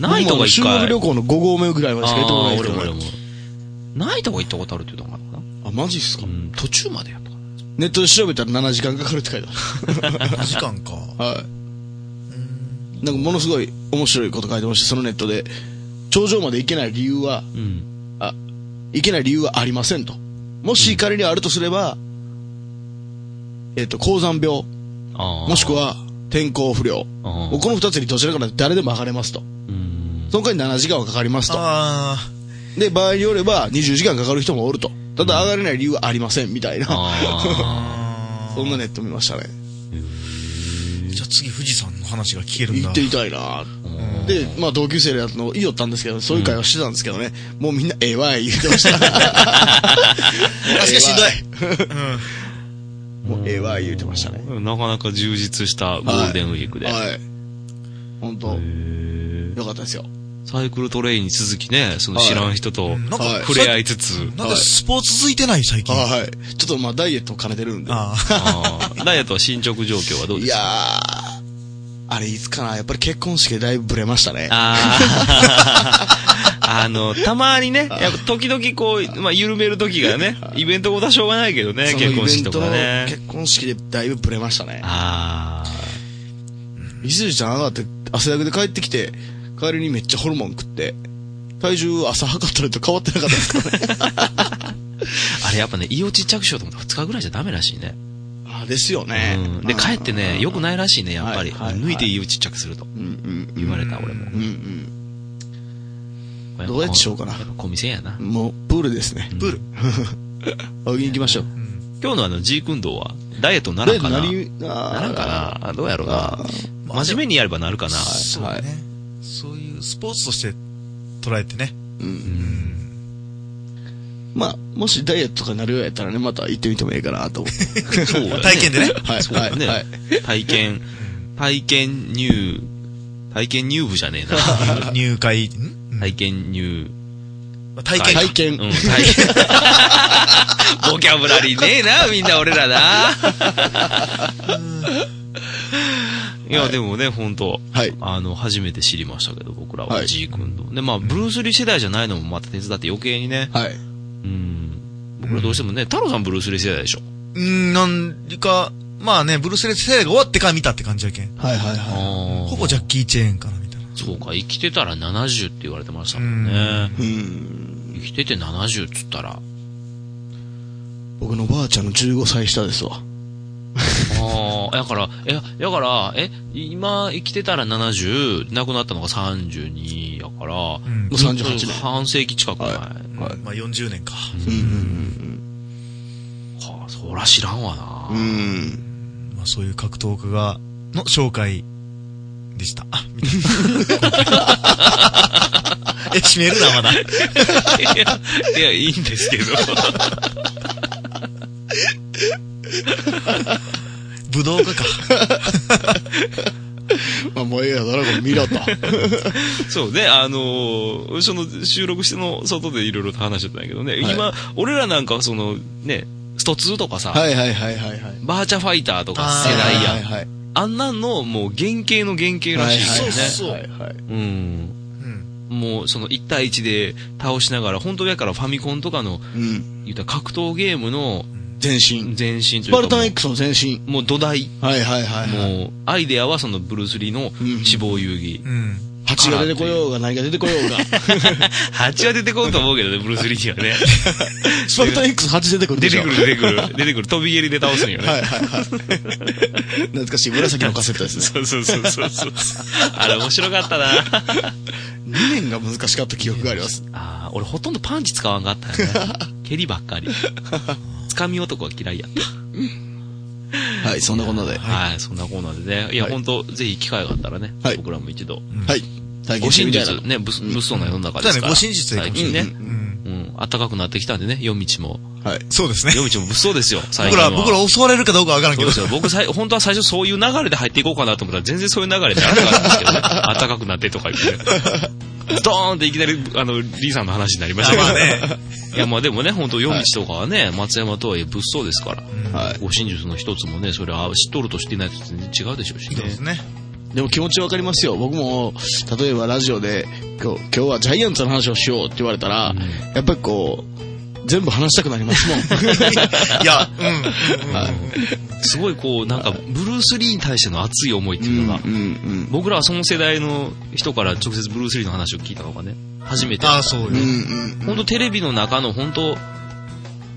Speaker 5: ないとこ一
Speaker 1: 修
Speaker 5: 回。
Speaker 1: 学旅行の5合目ぐらいまでしか行ったこと
Speaker 5: あ
Speaker 1: ない
Speaker 5: ー
Speaker 1: です
Speaker 5: 俺
Speaker 1: け
Speaker 5: も
Speaker 1: ど
Speaker 5: 俺
Speaker 1: ね
Speaker 5: も。ないとこ行ったことあるって言うとこかな。
Speaker 1: あ、マジっすか
Speaker 5: うん途中までやったかな。
Speaker 1: ネットで調べたら7時間かかるって書いて
Speaker 4: ー。時間か。
Speaker 1: ある。はい。なんかものすごい面白いこと書いてました、そのネットで。頂上まで行けない理由は、
Speaker 5: うん。
Speaker 1: あ、いけない理由はありませんと。もし仮にあるとすれば、えっ、と、高山病、
Speaker 5: ああ。
Speaker 1: もしくは天候不良。
Speaker 5: あ
Speaker 1: もうこの二つにどちらかで誰でも上がれますと。
Speaker 5: うん。
Speaker 1: その間に7時間はかかりますと。
Speaker 4: あ
Speaker 1: で、場合によれば20時間かかる人もおると。ただ上がれない理由はありません、みたいな。
Speaker 5: あ
Speaker 1: そんなネット見ましたね。
Speaker 4: ーじゃあ次、富士山の話が聞けるん
Speaker 1: 行
Speaker 4: だ
Speaker 1: っ。てみたいなで、まあ同級生でやったの、言いよったんですけど、そういう会話してたんですけどね。もうみんな、ええわい、言って ました。
Speaker 4: 確かしんどい。
Speaker 1: もうええわい、言ってましたね。
Speaker 5: あ。なかなか充実したゴールデンウィークで。
Speaker 1: はい。本当よかったですよ。
Speaker 5: サイクルトレインに続きね、その知らん人と
Speaker 4: なんか、
Speaker 1: はい
Speaker 5: 触れ合いつつ、
Speaker 4: なんかスポーツ続いてない最近。
Speaker 1: はい。ちょっとまあダイエットを兼ねてるんで。
Speaker 4: あー
Speaker 5: あーダイエットは進捗状況はどう
Speaker 1: い
Speaker 5: です
Speaker 1: や
Speaker 5: か
Speaker 1: ー、あれいつかな。やっぱり結婚式でだいぶブレましたね。
Speaker 5: あー あの、たまにね、やっぱ時々こう、まあ、緩める時がね、イベントごとはしょうがないけどね、
Speaker 1: その
Speaker 5: 結
Speaker 1: イ
Speaker 5: 婚
Speaker 1: ベ
Speaker 5: 式
Speaker 1: ン
Speaker 5: と
Speaker 1: ト
Speaker 5: か
Speaker 1: の
Speaker 5: ね。
Speaker 1: 結婚式でだいぶブレましたね。
Speaker 5: あ
Speaker 1: 伊豆ちゃん上がって汗だくで帰ってきて、帰りにめっちゃホルモン食って、体重朝測ったのと変わってなかった ですからね。
Speaker 5: あ。あれやっぱね、胃をちっちゃくしようと思ったら2日ぐらいじゃダメらしいね。
Speaker 1: あですよね
Speaker 5: うん。。で、帰ってね、良くないらしいね、やっぱり。
Speaker 1: はいはいはい
Speaker 5: 抜いて胃をちっちゃくする
Speaker 1: う
Speaker 5: と。
Speaker 1: んうん
Speaker 5: 言われた、俺も。
Speaker 1: うん
Speaker 5: これ
Speaker 1: どうやってしようかな
Speaker 5: やっぱ小店やな
Speaker 1: う。ん。もう、プール ですね。
Speaker 5: プール。
Speaker 1: 泳ぎに行きましょう。
Speaker 5: 今日のあの、ジーク運動は、ダイエットにな
Speaker 1: で
Speaker 5: らんかな。
Speaker 1: り、
Speaker 5: な
Speaker 1: な
Speaker 5: らんかな。どうやろうな。真面目にやればなるかな。
Speaker 4: そうだね。そういうスポーツとして捉えて ね。
Speaker 1: まあ、もしダイエットとかなるようやったらね、また行ってみてもいいかなと思って。
Speaker 5: そうだね
Speaker 4: 体験でね
Speaker 1: はい
Speaker 5: そうだね
Speaker 1: はい
Speaker 5: 体験、体験入、体験入部じゃねえ
Speaker 4: 入会、ん
Speaker 5: な。体験入、
Speaker 4: うん体験
Speaker 1: 体験
Speaker 5: うん、体 験。ボキャブラリーねえな、みんな俺らな。いや、でもね、本当
Speaker 1: はい
Speaker 5: あの、初めて知りましたけど、僕ら
Speaker 1: は
Speaker 5: は、
Speaker 1: い
Speaker 5: ジー君と。で、まあ、ブルース・リー世代じゃないのもまた手伝って余計にね、
Speaker 1: はい。
Speaker 5: うん。僕らどうしてもね、太郎さんブルース・リー世代でしょ。
Speaker 4: うん、なんか、まあね、ブルース・レイ世代が終わってから見たって感じやけん。
Speaker 1: はいはいは
Speaker 5: ほ
Speaker 4: ほぼジャッキー・チェーンかな、みたいな。
Speaker 5: そうか、生きてたら70って言われてましたもんね。生きてて70っつったら。
Speaker 1: 僕のばあちゃんの15歳下ですわ。
Speaker 5: ああ、やから、え、やから、え、今生きてたら70、亡くなったのが32やから、も
Speaker 1: もう38年。
Speaker 5: 半世紀近く前。は
Speaker 4: まあ40年か。
Speaker 5: あ、そら知らんわな。
Speaker 1: うん。
Speaker 4: まあそういう格闘家が、の紹介でした。あみた いなえ、閉めるな、まだ。
Speaker 5: いや、いや、いいんですけど。
Speaker 4: 武道家か。
Speaker 1: まあ、もうええやろな、これ見ろ と。
Speaker 5: そうね、あのーその収録しての外でいろいろと話してたんやけどね、
Speaker 1: はい
Speaker 5: 今、俺らなんかはその、ね、スト2とかさ、
Speaker 1: はいはいはいはいはい。
Speaker 5: バーチャファイターとか世代やん。
Speaker 1: は
Speaker 5: あ
Speaker 1: いはいはい。
Speaker 5: んなんの、もう原型の原型らしいですよね。
Speaker 1: はいはい。
Speaker 5: うん。もう、その1対1で倒しながら、本当やからファミコンとかの、
Speaker 1: うん。
Speaker 5: 言ったら格闘ゲームの
Speaker 1: 全身。
Speaker 5: 前身とい
Speaker 1: ス
Speaker 5: うか、
Speaker 1: パルタ
Speaker 5: も
Speaker 1: ン
Speaker 5: う
Speaker 1: X の全身。
Speaker 5: もう土台。
Speaker 1: はいはいはいはい。
Speaker 5: もう、アイデアはそのブルース・リーの死亡遊戯。
Speaker 4: うん。
Speaker 1: 蜂が出てこようが何が出てこようが。
Speaker 5: 蜂は出てこんと思うけどね、ブルース・リーにはね。
Speaker 1: スパルタン X 蜂出てくる で
Speaker 5: 出
Speaker 1: してょ
Speaker 5: くる、出てくる。出てくる。飛び蹴りで倒すんよね。
Speaker 1: はいはいはい。懐かしい紫のカセット ですね。
Speaker 5: そうそうそうそうそう。あれ面白かったな。
Speaker 1: 2年が難しかった記憶があります。
Speaker 5: ああ、俺ほとんどパンチ使わんかったよ ね。蹴りばっかり。つかみ男は嫌いやった。
Speaker 1: はい、そんなこんなで。は
Speaker 5: はい、そんなコーナーでね。いや、
Speaker 1: はい
Speaker 5: ほんと、ぜひ機会があったらね、
Speaker 1: はい
Speaker 5: 僕らも一度。
Speaker 1: い。体
Speaker 5: ご
Speaker 1: 験して
Speaker 5: 真
Speaker 1: みたいな
Speaker 5: 実、ね、物騒な世の中ですから。
Speaker 4: そうだねご真実でいい
Speaker 5: 最
Speaker 4: かも
Speaker 5: 近ね。
Speaker 4: うん。
Speaker 5: うん、暖かくなってきたんでね、夜道も。
Speaker 1: はい。
Speaker 4: そうですね。
Speaker 5: 夜道も物騒ですよ、最
Speaker 4: 僕
Speaker 5: 近は。
Speaker 4: ら、僕ら襲われるかどうかわからんけ
Speaker 5: そ
Speaker 4: ど
Speaker 5: うで。すよ。 僕さい、本当は最初そういう流れで入っていこうかなと思ったら、全然そういう流れじゃなかったんですけどね。暖かくなってとか言ってね。ドーンっていきなり、あの、リーさんの話になりましたけどね。いや、まあでもね、本当夜道とかはね、松山とはいえ物騒ですから。
Speaker 1: はい
Speaker 5: 護身術の一つもね、それは知っとると知っていないと全然違うでしょうしね。
Speaker 4: そうですね。
Speaker 1: でも気持ちわかりますよ。僕も、例えばラジオで、今日今日はジャイアンツの話をしようって言われたら、やっぱりこう、全部話したくなりますもん。
Speaker 4: いや、うん。
Speaker 5: すごいこう、なんか、ブルース・リーに対しての熱い思いっ ていうのが、
Speaker 1: うんうん
Speaker 5: 僕らはその世代の人から直接ブルース・リーの話を聞いたのがね、初めて。
Speaker 4: ああ、そう
Speaker 1: うん。う
Speaker 4: ね。
Speaker 1: ん
Speaker 5: 本当テレビの中の本当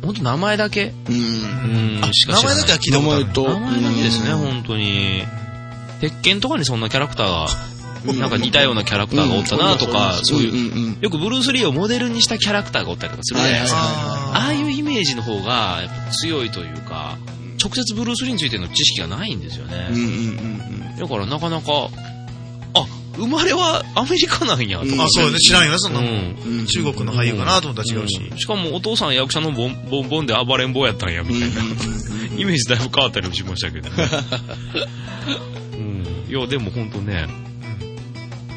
Speaker 5: 本当名前だけ
Speaker 1: うん。
Speaker 5: うん
Speaker 4: あ、
Speaker 5: しか
Speaker 4: 名
Speaker 5: 知ら
Speaker 4: 前だ
Speaker 5: ない
Speaker 4: けは聞いた
Speaker 1: 名
Speaker 4: ことある
Speaker 1: 前。と、
Speaker 5: 名前だけですね、本当に。鉄拳とかにそんなキャラクターが、
Speaker 1: うん
Speaker 5: なんか似たようなキャラクターがおったなとか、そういう、
Speaker 1: うんうん
Speaker 5: よくブルース・リーをモデルにしたキャラクターがおったりとかするじゃないですか。
Speaker 4: あ
Speaker 5: ああいうイメージの方がやっぱ強いというか、直接ブルース・リーについての知識がないんですよね。
Speaker 1: うんうんうん
Speaker 5: だからなかなか、あ、生まれはアメリカなんやと
Speaker 1: うん
Speaker 4: あ、そうよね。知らんよね、そんな
Speaker 5: う
Speaker 4: もん。
Speaker 5: ん
Speaker 1: うん。
Speaker 4: 中国の俳優かなと思ったら違うし。
Speaker 5: しかもお父さん役者のボンボンボンで暴れん坊やったんやみたいな、イメージだいぶ変わったりもしましたけど、 ねうん、いやでも本当ね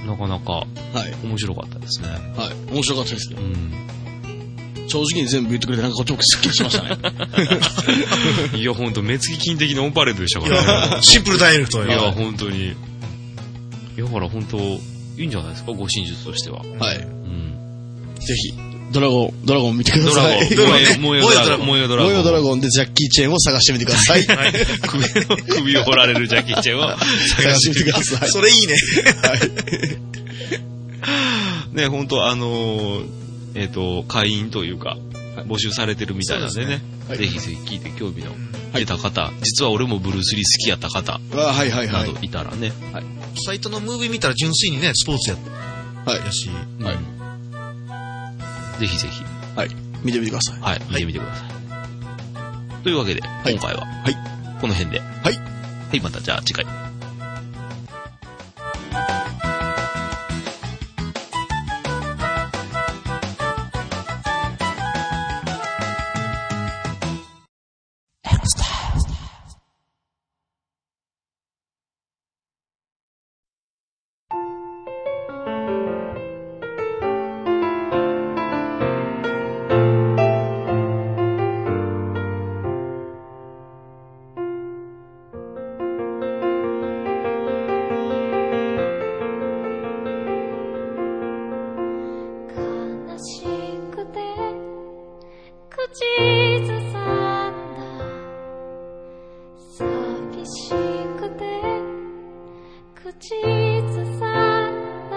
Speaker 5: なかなか
Speaker 1: はい。
Speaker 5: 面白かったですね、
Speaker 1: はい。面白かったですよ
Speaker 5: う。ん、
Speaker 1: 正直に全部言ってくれて、なんかこっちもすっきりしましたね。
Speaker 5: いや本当目つき金的なオンパレードでした か
Speaker 4: い
Speaker 5: らね
Speaker 4: や、シンプルダイレクト
Speaker 5: いや
Speaker 4: よ。
Speaker 5: 本当にいやだから本当いいんじゃないですか護身術としては、
Speaker 1: はい。
Speaker 5: うん、
Speaker 1: ぜひ、ドラゴン、ドラゴン見てくだ
Speaker 5: ドラ
Speaker 1: さい。
Speaker 5: ゴン燃えよドラゴン燃えよドラ
Speaker 1: ロ
Speaker 5: ゴ
Speaker 1: イ
Speaker 5: ン
Speaker 1: ヤル ドラゴンでジャッキー・チェーンを探してみてください。探
Speaker 5: 首を首を掘られるジャッキーちゃんは
Speaker 1: してみてくだ さい。
Speaker 4: それい いね。
Speaker 5: ね、本当あのーえっ、と、会員というか、募集されてるみたいなんでね、
Speaker 1: はい
Speaker 5: ぜひぜひ聞いて興味
Speaker 1: い
Speaker 5: の出た方、実は俺もブルース・リー好きやった方
Speaker 1: あ はいはい
Speaker 5: な
Speaker 1: はい。
Speaker 5: どいたらね、
Speaker 4: サイトのムービー見たら純粋にね、スポーツや
Speaker 1: はい。
Speaker 4: やし。
Speaker 1: はい
Speaker 5: ぜひぜひ、
Speaker 1: はい。見てみてください。
Speaker 5: はい、見てみてください。というわけで、
Speaker 1: い
Speaker 5: 今回は、
Speaker 1: はい
Speaker 5: この辺で。
Speaker 1: はい
Speaker 5: はい、またじゃあ次回。
Speaker 9: 悲しくて口ずさんだ寂しくて口ずさんだ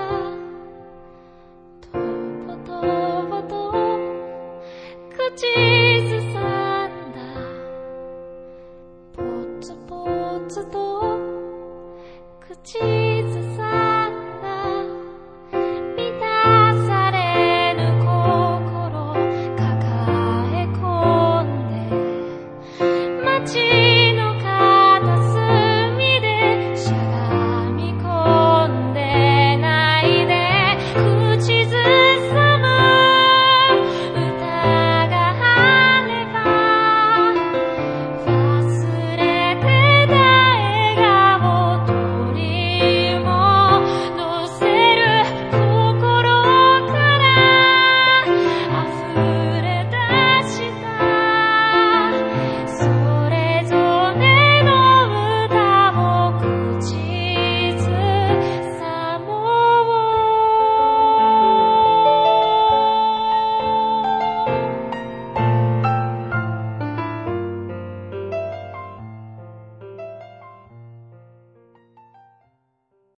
Speaker 6: 口づ